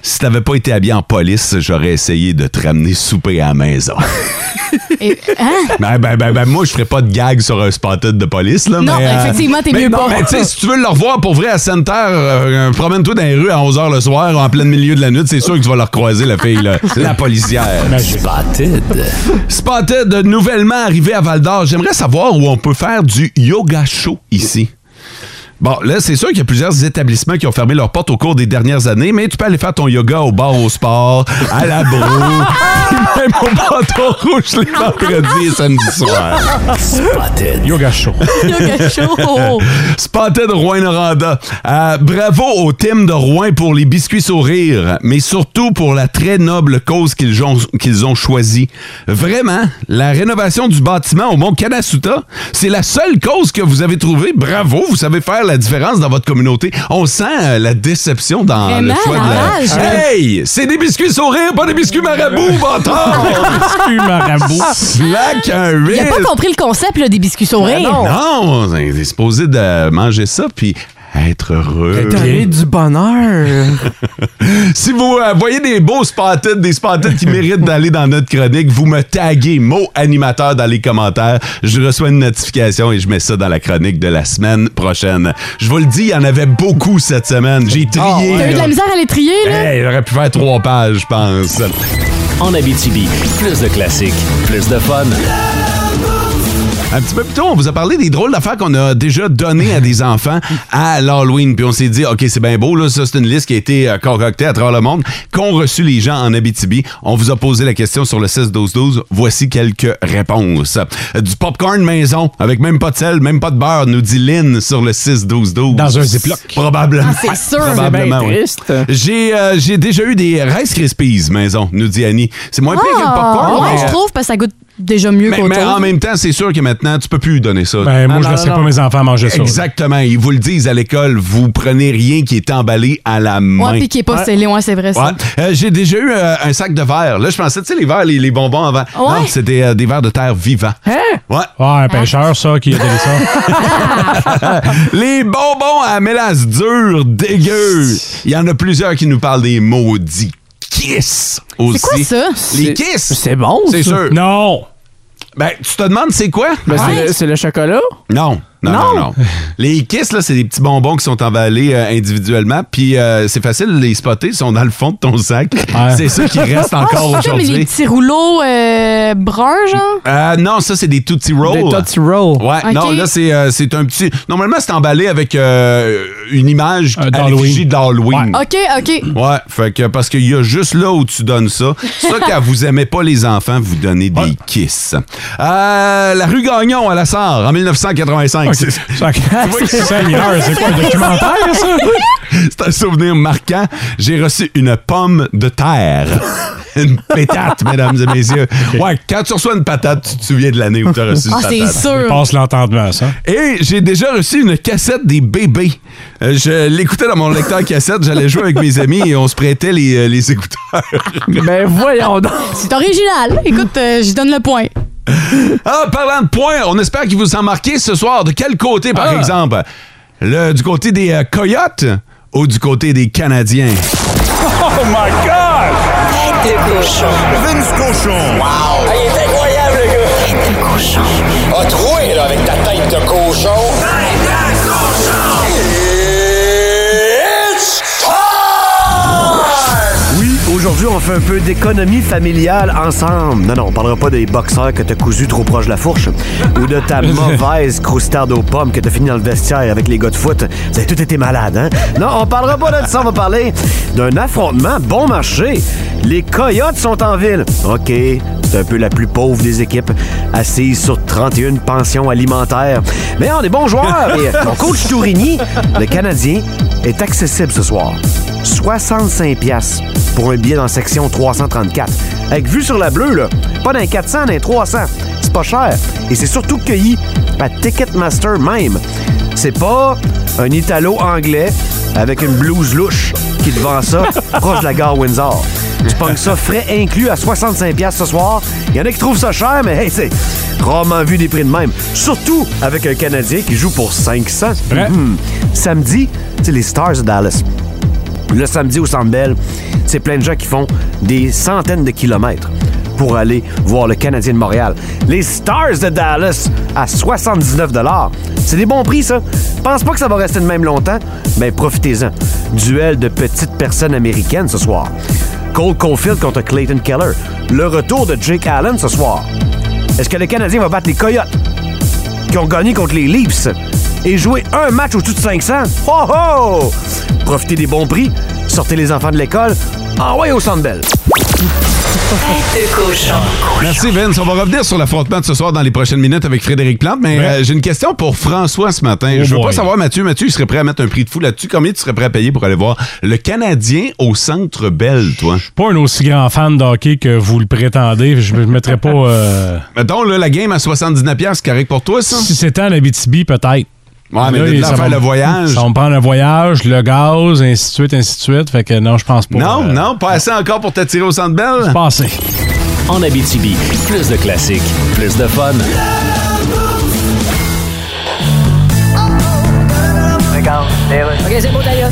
Si t'avais pas été habillé en police, j'aurais essayé de te ramener souper à la maison.
Et- hein?
Ben, ben, ben, ben, moi, je ferais pas de gag sur un spotted de police, là.
Non,
mais, euh,
effectivement, t'es
mais
mieux
non,
pas.
Mais tu sais, si tu veux le revoir pour vrai à Center, euh, euh, promène-toi dans les rues à 11h le soir, en plein milieu de la nuit, c'est sûr que tu vas le recroiser, la fille, là, la policière. Spotted. Spotted, nouvellement arrivé à Val d'Or. J'aimerais savoir où on peut faire du yoga chaud ici. Bon, là, c'est sûr qu'il y a plusieurs établissements qui ont fermé leurs portes au cours des dernières années, mais tu peux aller faire ton yoga au bar au sport, à la broue, même au bâton rouge les vendredis et samedis soirs.
Spotted.
Yoga show.
Yoga show.
Spotted Rouen-Noranda. Euh, bravo au team de Rouen pour les biscuits sourires, mais surtout pour la très noble cause qu'ils ont, qu'ils ont choisie. Vraiment, la rénovation du bâtiment au Mont Kanasuta, c'est la seule cause que vous avez trouvée. Bravo, vous savez faire la différence dans votre communauté. On sent euh, la déception dans le
Vraiment,
choix de
la
la...
rage. hein?
Hey, c'est des biscuits sourires, pas des biscuits marabouts, bâtard!
Biscuits marabouts.
Slack un
Il a pas
huit.
compris le concept là, des biscuits sourires.
Ben Non, on est supposé de manger ça puis être heureux.
T'aurais du bonheur.
si vous euh, voyez des beaux spotted, des spotted qui méritent d'aller dans notre chronique, vous me taguez mot animateur dans les commentaires. Je reçois une notification et je mets ça dans la chronique de la semaine prochaine. Je vous le dis, il y en avait beaucoup cette semaine. J'ai trié.
Ah, T'as eu de
là. Ben,
la misère à les trier, là?
Hey, j'aurais pu faire trois pages, je pense.
en Abitibi. Plus de classiques, plus de fun.
Un petit peu plus tôt, on vous a parlé des drôles d'affaires qu'on a déjà données à des enfants à l'Halloween. Puis on s'est dit, OK, c'est bien beau, là, ça, c'est une liste qui a été euh, concoctée à travers le monde, qu'ont reçu les gens en Abitibi. On vous a posé la question sur le 16-12-12. Voici quelques réponses. Euh, Du popcorn maison, avec même pas de sel, même pas de beurre, nous dit Lynn sur le 6-12-12. Dans un ziploc. Probablement.
Ah, c'est sûr.
Probablement,
C'est bien
oui.
triste.
J'ai euh, j'ai déjà eu des Rice Krispies maison, nous dit Annie. C'est moins pire que le
Ah,
popcorn.
Ah, ouais,
mais- euh,
je trouve, parce que ça goûte déjà mieux Ah,
mais,
qu'autre.
mais en même temps, c'est sûr que maintenant, tu peux plus donner ça.
Ben, moi, je laisserai pas mes enfants manger ça.
Exactement. Ils vous le disent à l'école, vous prenez rien qui est emballé à la main.
Ouais, puis qui est pas scellé, ouais, c'est vrai ça.
Ouais. Euh, J'ai déjà eu euh, un sac de verre. Là, je pensais, tu sais, les verres, les, les bonbons avant.
Ah Ouais.
Non, c'était euh, des verres de terre vivants.
Hein?
Ouais.
un pêcheur, ça, qui a donné ça.
les bonbons à mélasse dure, dégueu. Il y en a plusieurs qui nous parlent des maudits kiss aussi.
quoi ça? C'est-
Les kiss.
c'est bon,
C'est
ça.
sûr.
Non.
Ben, tu te demandes c'est quoi?
Ben, c'est le- c'est le, chocolat?
Non. Non, non,
Non.
non. Les kiss, là, c'est des petits bonbons qui sont emballés euh, individuellement, puis euh, c'est facile de les spotter, ils sont dans le fond de ton sac. C'est ceux qui restent encore
Ah, c'est ça, mais les
aujourd'hui.
petits rouleaux euh, bruns, genre.
Euh, non, ça, c'est des Tootsie Rolls.
Des Tootsie Rolls.
Ouais,
Ok.
non, là, c'est euh, c'est un petit. Normalement, c'est emballé avec euh, une image à l'effigie d'Halloween.
OK, OK.
Ouais, fait que parce qu'il y a juste là où tu donnes ça. Ça, quand vous aimez pas les enfants, vous donnez des kisses. Euh, la rue Gagnon à la Sarre, en 1985.
Ok,
C'est-
ça-
Tu vois que-
Seigneur, c'est quoi, un documentaire, ça?
C'est un souvenir marquant. J'ai reçu une pomme de terre. une pétate, mesdames et messieurs. Ouais, quand tu reçois une patate, tu te souviens de l'année où tu as reçu une
Ah,
patate.
c'est sûr. Il passe
l'entendement, ça.
hein.
Et j'ai déjà reçu une cassette des bébés. Euh, je l'écoutais dans mon lecteur cassette, j'allais jouer avec mes amis et on se prêtait les, euh, les écouteurs.
Ben voyons donc.
C'est original. Écoute, euh, j'y donne le point.
Ah, parlant de points, on espère qu'il vous en marquez ce soir. De quel côté,
Ah!
par exemple? Le, du côté des euh, coyotes ou du côté des Canadiens?
Oh my God! Tête de cochon. Vince cochon. Wow! Ah, il est incroyable, le gars! Tête de cochon. A troué, là, avec ta tête de cochon. Tête de cochon! It's
Oui, aujourd'hui, on fait un peu d'économie familiale ensemble. Non, non, on parlera pas des boxeurs que t'as cousu trop proche de la fourche ou de ta mauvaise croustarde aux pommes que t'as fini dans le vestiaire avec les gars de foot. Vous avez tous été malades, hein? Non, on parlera pas de ça. On va parler d'un affrontement bon marché. Les Coyotes sont en ville. OK, c'est un peu la plus pauvre des équipes, assise sur 31 pensions alimentaires. Mais on est bons joueurs et mon coach Tourigny, le Canadien, est accessible ce soir. 65 pièces pour un billet dans section 334. Avec vue sur la bleue, là, pas d'un 400, d'un 300. C'est pas cher. Et c'est surtout cueilli à Ticketmaster même. C'est pas un Italo-anglais avec une blouse louche qui te vend ça proche de la gare Windsor. Tu pognes ça frais inclus à 65 pièces ce soir. Il y en a qui trouvent ça cher, mais hey, c'est rarement vu des prix de même. Surtout avec un Canadien qui joue pour 500. Mhm. Samedi, tu sais, les Stars de Dallas. Le samedi au Centre Bell, c'est plein de gens qui font des centaines de kilomètres pour aller voir le Canadien de Montréal. Les Stars de Dallas à 79 C'est des bons prix, ça. Pense pas que ça va rester de même longtemps, mais profitez-en. Duel de petites personnes américaines ce soir. Cole Caulfield contre Clayton Keller. Le retour de Jake Allen ce soir. Est-ce que le Canadien va battre les Coyotes? qui ont gagné contre les Leafs et joué un match au-dessus de 500. Oh oh! Profitez des bons prix, sortez les enfants de l'école, envoyez au Centre Bell.
Tête de cochon.
Merci Vince. On va revenir sur l'affrontement de ce soir dans les prochaines minutes avec Frédéric Plante, mais euh, j'ai une question pour François ce matin.
Oh
Je veux pas
boy.
savoir, Mathieu, Mathieu, il serait prêt à mettre un prix de fou là-dessus. Combien tu serais prêt à payer pour aller voir le Canadien au Centre Bell, toi?
Pas un aussi grand fan de hockey que vous le prétendez. Je ne mettrais pas. euh,
Mettons, là, la game à 79$, c'est correct pour toi, ça?
Si c'était en Abitibi, peut-être.
Ouais, mais
Là,
de là
ça
à faire
va-
le voyage.
Ça va me prendre le voyage, le gaz, ainsi de suite, ainsi de suite. Fait que non, je pense pas.
Non,
euh,
non, pas assez encore pour t'attirer au Centre Bell?
C'est pas assez.
En Abitibi, plus de classiques, plus de fun.
Regarde, les rues.
OK, c'est bon, d'ailleurs.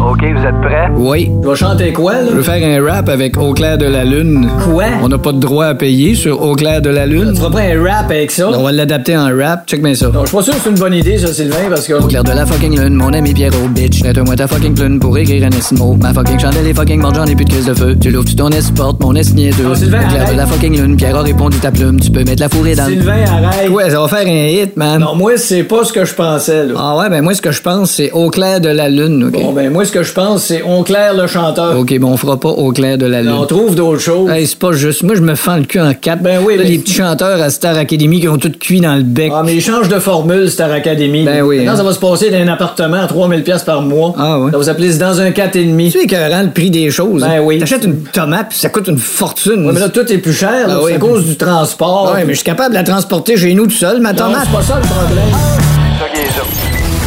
OK, vous êtes prêts?
Oui. Je vais chanter quoi, là? Je veux faire un rap avec Au clair de la lune. Quoi? On n'a pas de droit à payer sur Au clair de la lune. Tu feras pas un rap avec ça? on va l'adapter en rap. Check bien ça. Non, je suis pas sûr que c'est une bonne idée, ça, Sylvain, parce que... Au clair de la fucking lune, mon ami Pierrot, bitch. Jette-moi ta fucking plume pour écrire un esmo. Ma fucking chandelle est fucking morte, j'en ai plus de crise de feu. Tu l'ouvres, tu ton porte, mon esnier deux. Au
Sylvain,
clair de
arrête.
la fucking lune, Pierre a répondu ta plume. Tu peux mettre la fourrée dans le-
Sylvain, arrête.
Ouais, ça va faire un hit, man. Non, moi, c'est pas ce que je pensais, là. Ah ouais, ben moi, ce que je pense, c'est Au clair de la lune, OK? Bon, ben moi, ce que je pense, c'est On claire le chanteur. OK, bon, on fera pas Au clair de la lune. on trouve d'autres choses. Hey, c'est pas juste. Moi, je me fends le cul en quatre. Ben oui, Les petits chanteurs à Star Academy qui ont tout cuit dans le bec. Ah, mais ils changent de formule, Star Academy. Ben oui.
Maintenant, ça va
se passer d'un appartement à 3000 pièces par mois. Ah ouais. Ça vous appelez dans un 4,5. Tu écœurant le prix des choses. Ben oui. T'achètes une tomate, puis ça coûte une fortune. mais là, tout est plus cher,
là, c'est à
cause du transport. Oui, mais je suis capable de la transporter chez nous tout seul, ma tomate.
c'est pas ça, le
problème.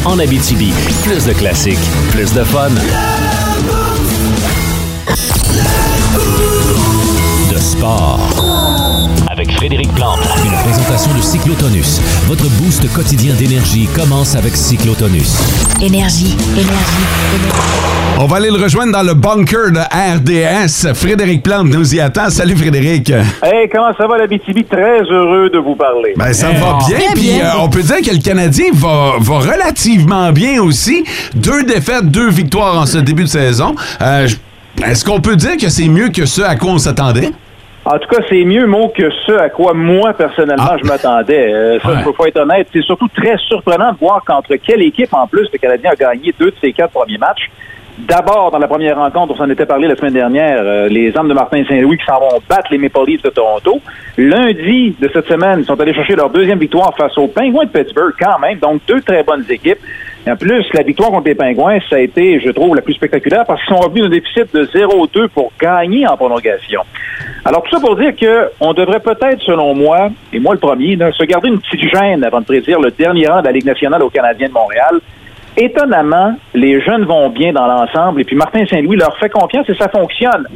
En Abitibi, plus de classiques, plus de fun. De sport. Avec Frédéric Plante.
Une présentation de Cyclotonus. Votre boost quotidien d'énergie commence avec Cyclotonus.
Énergie, énergie,
On va aller le rejoindre dans le bunker de RDS. Frédéric Plante nous y attend. Salut Frédéric.
Hey, comment ça va la BTB? Très heureux de vous parler.
Ben, ça va
Eh,
bien, puis euh, on peut dire que le Canadien va, va relativement bien aussi. Deux défaites, deux victoires en ce début de saison. Euh, j- Est-ce qu'on peut dire que c'est mieux que ce à quoi on s'attendait?
En tout cas, c'est mieux, mot que ce à quoi moi, personnellement, je m'attendais. Euh, ça, il faut, faut être honnête. C'est surtout très surprenant de voir contre quelle équipe, en plus, le Canadien a gagné deux de ses quatre premiers matchs. D'abord, dans la première rencontre, on s'en était parlé la semaine dernière, euh, les hommes de Martin Saint-Louis qui s'en vont battre les Maple Leafs de Toronto. Lundi de cette semaine, ils sont allés chercher leur deuxième victoire face aux Penguins de Pittsburgh quand même, donc deux très bonnes équipes. Et en plus, la victoire contre les Penguins, ça a été, je trouve, la plus spectaculaire parce qu'ils sont revenus d'un déficit de 0-2 pour gagner en prolongation. Alors, tout ça pour dire que on devrait peut-être, selon moi, et moi le premier, là, se garder une petite gêne avant de prédire le dernier rang de la Ligue nationale aux Canadiens de Montréal. Étonnamment, les jeunes vont bien dans l'ensemble et puis Martin Saint-Louis leur fait confiance et ça fonctionne.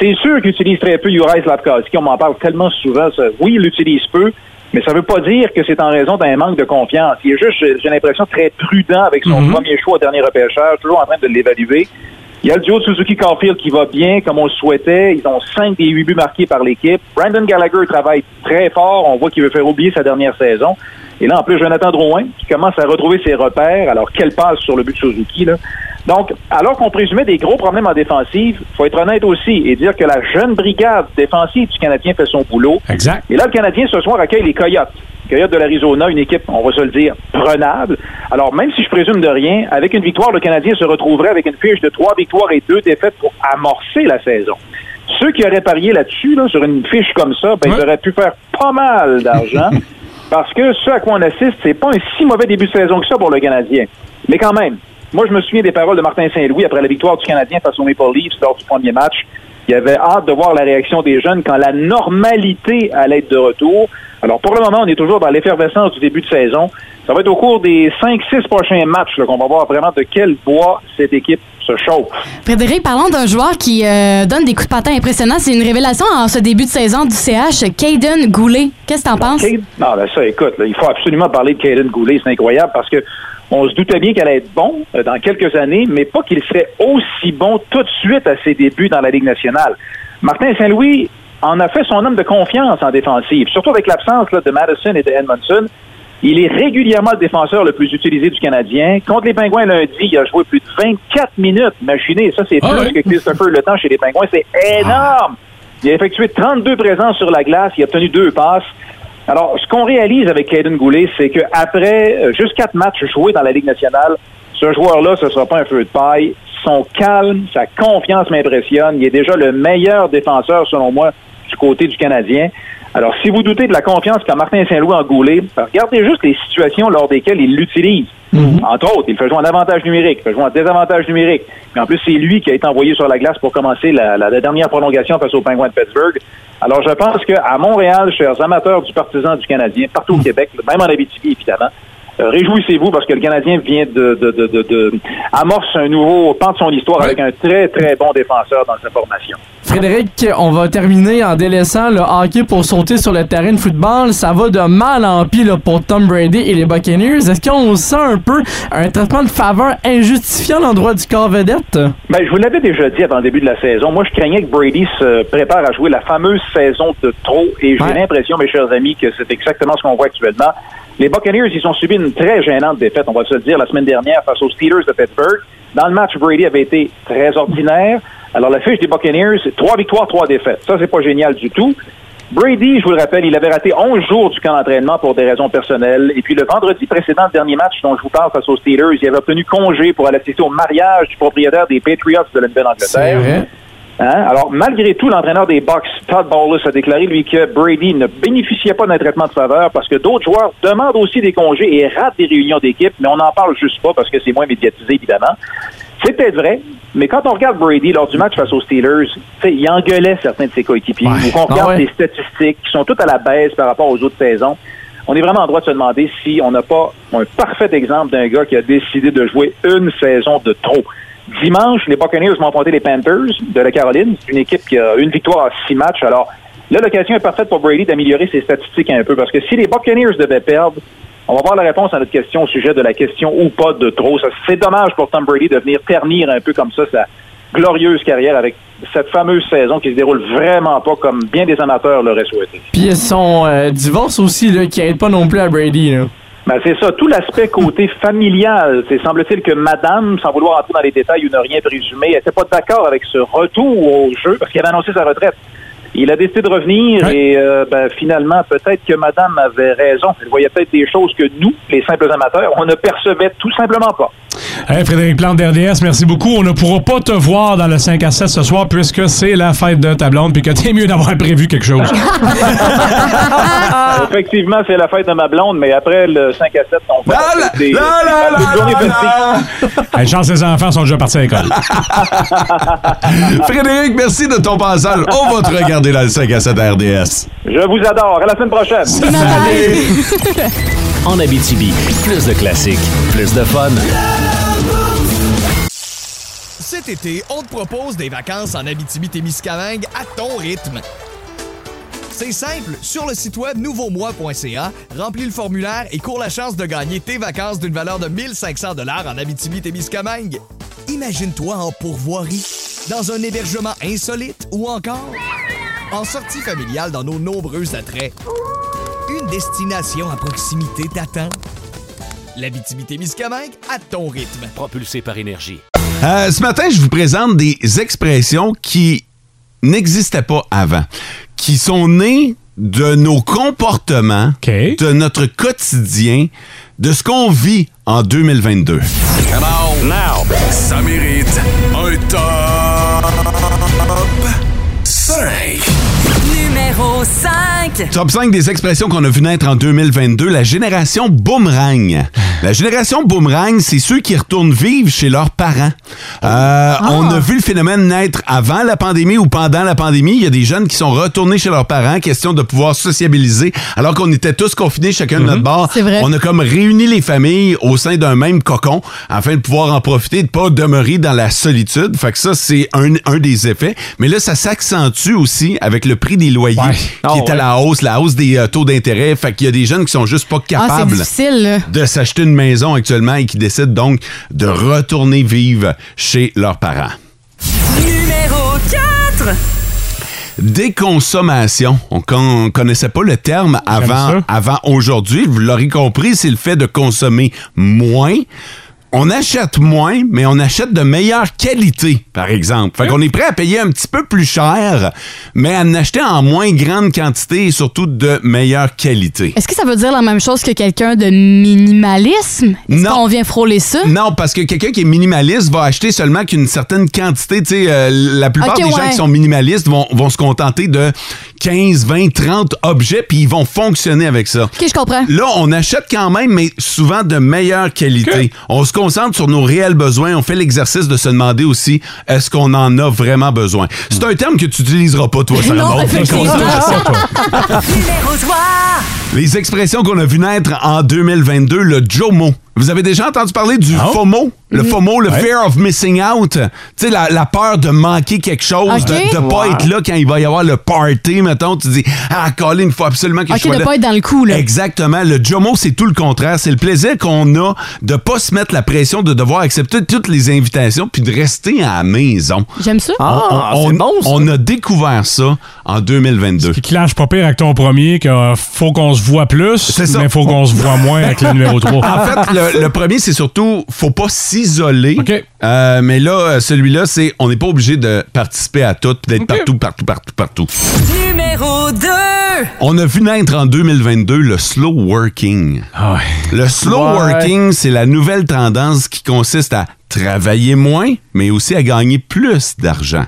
C'est sûr qu'il utilise très peu Uri Slavkovski, on m'en parle tellement souvent. ça. Oui, il l'utilise peu, mais ça ne veut pas dire que c'est en raison d'un manque de confiance. Il est juste, j'ai- j'ai l'impression, très prudent avec son premier choix au dernier repêchage, toujours en train de l'évaluer. Il y a le duo de Suzuki Caulfield qui va bien, comme on le souhaitait. Ils ont 5 des 8 buts marqués par l'équipe. Brandon Gallagher travaille très fort. On voit qu'il veut faire oublier sa dernière saison. Et là, en plus, Jonathan Drouin, qui commence à retrouver ses repères. Alors, quelle passe sur le but de Suzuki, là. Donc, alors qu'on présumait des gros problèmes en défensive, faut être honnête aussi et dire que la jeune brigade défensive du Canadien fait son boulot.
Euh, Exact.
Et là, le Canadien, ce soir, accueille les Coyotes. Les Coyotes de l'Arizona, une équipe, on va se le dire, prenable. Alors, même si je présume de rien, avec une victoire, le Canadien se retrouverait avec une fiche de trois victoires et deux défaites pour amorcer la saison. Ceux qui auraient parié là-dessus, là, sur une fiche comme ça, ben, ils auraient pu faire pas mal d'argent. Parce que ce à quoi on assiste, c'est pas un si mauvais début de saison que ça pour le Canadien. Mais quand même, moi je me souviens des paroles de Martin Saint-Louis après la victoire du Canadien face aux Maple Leafs lors du premier match. Il avait hâte de voir la réaction des jeunes quand la normalité allait être de retour. Alors pour le moment, on est toujours dans l'effervescence du début de saison. Ça va être au cours des 5-6 prochains matchs là, qu'on va voir vraiment de quel bois cette équipe se chauffe.
Frédéric, parlons d'un joueur qui euh, donne des coups de patin impressionnants. C'est une révélation en ce début de saison du CH, Caden Goulet. Qu'est-ce que t'en penses?
Non, ben ça, écoute, là, il faut absolument parler de Caden Goulet. C'est incroyable parce que on se doutait bien qu'elle allait être bon euh, dans quelques années, mais pas qu'il serait aussi bon tout de suite à ses débuts dans la Ligue nationale. Martin Saint-Louis en a fait son homme de confiance en défensive, surtout avec l'absence là, de Madison et de Edmondson. Il est régulièrement le défenseur le plus utilisé du Canadien. Contre les Pingouins lundi, il a joué plus de 24 minutes. Imaginez, ça c'est
Ah
plus
ouais. Ah.
que Christopher Le Temps chez les Pingouins. C'est énorme! Il a effectué 32 présences sur la glace. Il a obtenu deux passes. Alors, ce qu'on réalise avec Caden Goulet, c'est qu'après euh, juste quatre matchs joués dans la Ligue nationale, ce joueur-là, ce ne sera pas un feu de paille. Son calme, sa confiance m'impressionne. Il est déjà le meilleur défenseur, selon moi, du côté du Canadien. Alors, si vous doutez de la confiance qu'a Martin Saint-Louis en Goulet, ben, regardez juste les situations lors desquelles il l'utilise. Entre autres, il fait jouer en avantage numérique, il fait jouer en désavantage numérique. Mais en plus, c'est lui qui a été envoyé sur la glace pour commencer la, la- la dernière prolongation face aux Penguins de Pittsburgh. Alors, je pense qu'à Montréal, chers amateurs du partisan du Canadien, partout au Québec, même en Abitibi, évidemment, Euh, Réjouissez-vous parce que le Canadien vient de, de, de, de- de- amorce un nouveau pan de son histoire avec un très, très bon défenseur dans sa formation.
Frédéric, on va terminer en délaissant le hockey pour sauter sur le terrain de football. Ça va de mal en pis là, pour Tom Brady et les Buccaneers. Est-ce qu'on sent un peu un traitement de faveur injustifié à l'endroit du corps vedette?
Ben, je vous l'avais déjà dit avant le début de la saison. Moi, je craignais que Brady se prépare à jouer la fameuse saison de trop. Et j'ai l'impression, mes chers amis, que c'est exactement ce qu'on voit actuellement. Les Buccaneers, ils ont subi une très gênante défaite, on va se le dire, la semaine dernière face aux Steelers de Pittsburgh. Dans le match, Brady avait été très ordinaire. Alors, la fiche des Buccaneers, c'est trois victoires, trois défaites. Ça, c'est pas génial du tout. Brady, je vous le rappelle, il avait raté 11 jours du camp d'entraînement pour des raisons personnelles. Et puis le vendredi précédent, le dernier match dont je vous parle face aux Steelers, il avait obtenu congé pour aller assister au mariage du propriétaire des Patriots de la Nouvelle-Angleterre. Hein? Alors, malgré tout, l'entraîneur des Bucks, Todd Bowles, a déclaré, lui, que Brady ne bénéficiait pas d'un traitement de faveur parce que d'autres joueurs demandent aussi des congés et ratent des réunions d'équipe, mais on n'en parle juste pas parce que c'est moins médiatisé, évidemment. C'est peut-être vrai, mais quand on regarde Brady lors du match face aux Steelers, tu sais, il engueulait certains de ses coéquipiers. Ou qu'on regarde
Ah ouais.
les statistiques qui sont toutes à la baisse par rapport aux autres saisons. On est vraiment en droit de se demander si on n'a pas un parfait exemple d'un gars qui a décidé de jouer une saison de trop. Dimanche, les Buccaneers vont affronter les Panthers de la Caroline. C'est une équipe qui a une victoire en six matchs. Alors, là, l'occasion est parfaite pour Brady d'améliorer ses statistiques un peu parce que si les Buccaneers devaient perdre, on va voir la réponse à notre question au sujet de la question ou pas de trop. Ça, C'est dommage pour Tom Brady de venir ternir un peu comme ça sa glorieuse carrière avec cette fameuse saison qui se déroule vraiment pas comme bien des amateurs l'auraient souhaité.
Puis son euh, divorce aussi là, qui aide pas non plus à Brady. là.
Ben, c'est ça, tout l'aspect côté familial. C'est semble-t-il que madame, sans vouloir entrer dans les détails ou ne rien présumer, n'était pas d'accord avec ce retour au jeu parce qu'elle avait annoncé sa retraite. Il a décidé de revenir et euh, ben, finalement, peut-être que madame avait raison. Elle voyait peut-être des choses que nous, les simples amateurs, on ne percevait tout simplement pas.
Hey, Frédéric Plante d'RDS, merci beaucoup. On ne pourra pas te voir dans le 5 à 7 ce soir puisque c'est la fête de ta blonde puis que t'es mieux d'avoir prévu quelque chose.
Ah.
Effectivement, c'est la fête de ma blonde, mais après le 5 à 7, on va des,
Ah, la, la,
des- des journées festives.
hey, chance, les enfants sont déjà partis à l'école.
Frédéric, merci de ton passage. On va te regarder dans le 5 à 7 RDS.
Je vous adore. À la semaine prochaine.
En Abitibi, plus de classiques, plus de fun.
Cet été, on te propose des vacances en Abitibi-Témiscamingue à ton rythme. C'est simple, sur le site web nouveaumois.ca, remplis le formulaire et cours la chance de gagner tes vacances d'une valeur de 1500 dollars en Abitibi-Témiscamingue. Imagine-toi en pourvoirie, dans un hébergement insolite ou encore en sortie familiale dans nos nombreux attraits. Une destination à proximité t'attend. L'Abitibi-Témiscamingue à ton rythme.
Propulsé par énergie.
Euh, ce matin, je vous présente des expressions qui n'existaient pas avant, qui sont nées de nos comportements, de notre quotidien, de ce qu'on vit en 2022.
Come on! Now! Ça mérite un top 5!
Numéro 5.
Top 5 des expressions qu'on a vu naître en 2022, la génération boomerang. La génération boomerang, c'est ceux qui retournent vivre chez leurs parents. Euh,
Ah.
On a vu le phénomène naître avant la pandémie ou pendant la pandémie. Il y a des jeunes qui sont retournés chez leurs parents, question de pouvoir sociabiliser, alors qu'on était tous confinés chacun de notre bord.
Mhm. C'est vrai.
On a comme réuni les familles au sein d'un même cocon afin de pouvoir en profiter, de pas demeurer dans la solitude. Fait que ça, c'est un, un des effets. Mais là, ça s'accentue aussi avec le prix des loyers qui est à la hausse, la hausse des euh, taux d'intérêt. Fait qu'il y a des jeunes qui sont juste pas
Ah, c'est
capables
difficile, là.
de s'acheter une maison actuellement et qui décident donc de retourner vivre chez leurs parents.
Numéro 4.
Déconsommation. On con- connaissait pas le terme avant, avant aujourd'hui. Vous l'aurez compris, c'est le fait de consommer moins. On achète moins, mais on achète de meilleure qualité, par exemple. Fait qu'on est prêt à payer un petit peu plus cher, mais à en acheter en moins grande quantité et surtout de meilleure qualité.
Est-ce que ça veut dire la même chose que quelqu'un de minimalisme? Est-ce qu'on vient frôler ça?
Non, parce que quelqu'un qui est minimaliste va acheter seulement qu'une certaine quantité. Tu sais, euh, la plupart
Ok,
des gens
ouais.
qui sont minimalistes vont, vont se contenter de 15, 20, 30 objets, puis ils vont fonctionner avec ça.
Ok, je comprends.
Là, on achète quand même, mais souvent de meilleure qualité. On se concentre sur nos réels besoins, on fait l'exercice de se demander aussi est-ce qu'on en a vraiment besoin. C'est un terme que tu n'utiliseras pas, toi, Sarah Maud.
Numéro 3.
Les expressions qu'on a vu naître en 2022, le Jomo. Vous avez déjà entendu parler du FOMO?
Mm-hmm.
Le FOMO, le Fear of Missing Out. Tu sais, la, la peur de manquer quelque chose,
Ok.
de ne pas
Ouais.
être là quand il va y avoir le party, mettons. Tu dis, ah, Colin, il faut absolument que
Ok,
je sois
de
là.
pas être dans le coup, là.
Exactement. Le Jomo, c'est tout le contraire. C'est le plaisir qu'on a de pas se mettre la pression de devoir accepter toutes les invitations puis de rester à la maison.
J'aime ça.
on, on a découvert ça en 2022.
Qui clash pas pire avec ton premier, que euh, faut qu'on se voit plus, mais faut qu'on se voit moins avec le numéro Ah, 3.
En fait, le, le premier, c'est surtout, faut pas s'isoler. Euh, mais là, euh, celui-là, c'est, on n'est pas obligé de participer à tout, puis d'être partout, partout, partout, partout.
Numéro 2.
On a vu naître en 2022 le slow working. Le slow
Ouais.
working, c'est la nouvelle tendance qui consiste à travailler moins, mais aussi à gagner plus d'argent.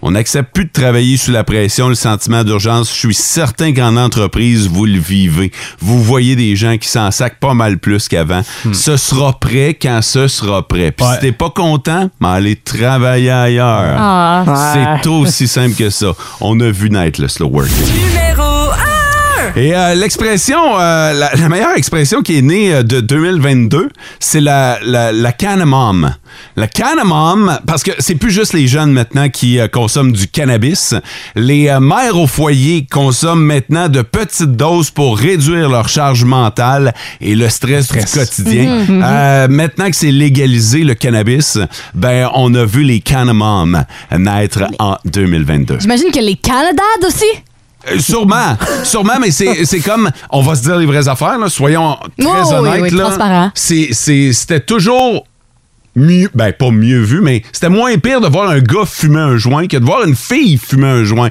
On n'accepte plus de travailler sous la pression, le sentiment d'urgence. Je suis certain qu'en entreprise, vous le vivez. Vous voyez des gens qui s'en sacent pas mal plus qu'avant. Ce sera prêt quand ce sera prêt. Puis si t'es pas content, ben allez travailler ailleurs.
Ah.
C'est
Ouais.
aussi simple que ça. On a vu naître le slow working.
Numéro 1.
Et euh, l'expression, euh, la, la meilleure expression qui est née euh, de 2022, c'est la, la, la can of mom. La can of mom, parce que c'est plus juste les jeunes maintenant qui euh, consomment du cannabis. Les euh, mères au foyer consomment maintenant de petites doses pour réduire leur charge mentale et le stress, du quotidien.
Mhm, mhm.
Euh, maintenant que c'est légalisé le cannabis, ben on a vu les can of mom naître en 2022.
J'imagine que les Canadades aussi.
Euh, Sûrement, sûrement, mais c'est c'est comme, on va se dire les vraies affaires, là, soyons
Oui,
très
oui,
honnêtes.
oui,
là.
transparent.
C'est- c'est- C'était toujours mieux, ben pas mieux vu, mais c'était moins pire de voir un gars fumer un joint que de voir une fille fumer un joint.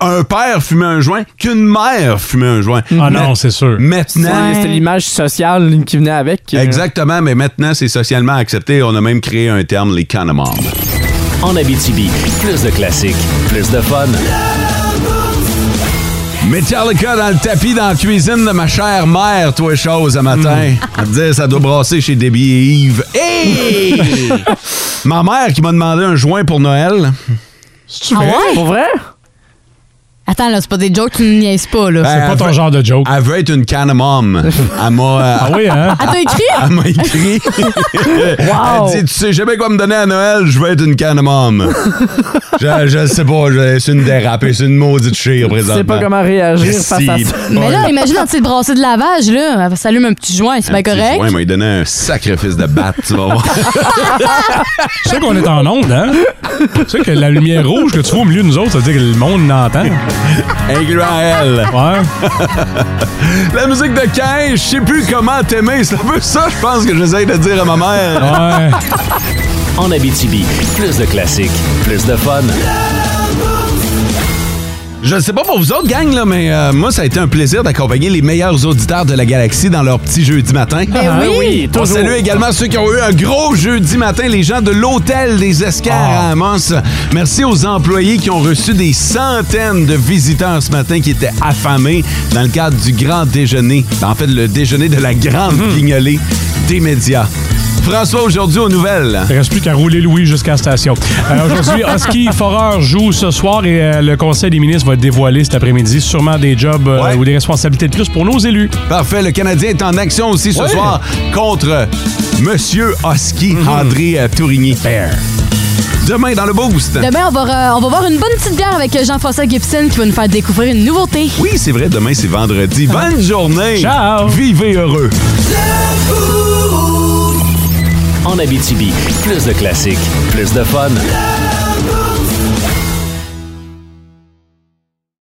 Un père fumer un joint qu'une mère fumer un joint.
Ah non, c'est sûr.
Maintenant,
C'était l'image sociale qui venait avec. euh.
Exactement, mais maintenant, c'est socialement accepté. On a même créé un terme, les canamars.
En Abitibi, plus de classiques, plus de fun.
Metallica dans le tapis dans la cuisine de ma chère mère, toi, chose, ce matin. Elle me disait, ça doit brasser chez Debbie et Yves. Hey! ma mère qui m'a demandé un joint pour Noël.
Ah vrai? ouais? Pour
vrai?
Attends, là, c'est pas des jokes, tu ne niaises pas,
Ben,
là.
genre de joke. Elle veut être une can of mom. Elle m'a. euh,
Ah oui, hein? Elle t'a écrit?
Elle m'a écrit.
Wow!
Elle dit Tu sais jamais quoi me donner à Noël, je veux être une can of mom. je, je sais pas, je- c'est une dérapée, c'est une maudite chire présentement.
pas comment réagir face à ça.
Mais là, imagine un petit brassée de lavage, là. Elle s'allume un petit joint, c'est bien correct.
Ouais, il m'a donné un sacrifice de batte, tu vas voir.
Tu sais qu'on est en onde, hein? Tu sais que la lumière rouge que tu vois au milieu de nous autres, ça veut dire que le monde l'entend.
Incluant elle. La musique de 15, je sais plus comment t'aimer. C'est un peu ça, je pense, que j'essaie de dire à ma mère.
En Abitibi, plus de classiques, plus de fun.
Je sais pas pour vous autres, gang, là, mais euh, moi, ça a été un plaisir d'accompagner les meilleurs auditeurs de la galaxie dans leur petit jeudi matin.
Ben Ah oui. oui,
On
toujours.
salue également ceux qui ont eu un gros jeudi matin, les gens de l'hôtel des Escars
Ah.
à Amos. Merci aux employés qui ont reçu des centaines de visiteurs ce matin qui étaient affamés dans le cadre du grand déjeuner. Ben, En fait, le déjeuner de la grande
Mhm.
guignolée des médias. François, aujourd'hui aux nouvelles.
Il reste plus qu'à rouler Louis jusqu'à la station. Euh, Aujourd'hui, Husky Foreur joue ce soir et euh, le Conseil des ministres va dévoiler cet après-midi sûrement des jobs euh, ou des responsabilités de plus pour nos élus.
Parfait, le Canadien est en action aussi ce
Ouais.
soir contre Monsieur Husky André euh, Tourigny Pair. Demain dans le Boost.
Demain, on va, re- on va boire une bonne petite bière avec Jean-François Gibson qui va nous faire découvrir une nouveauté.
Oui, c'est vrai, demain c'est vendredi. Bonne journée. Ciao. Vivez heureux.
En Abitibi, plus de classiques, plus de fun.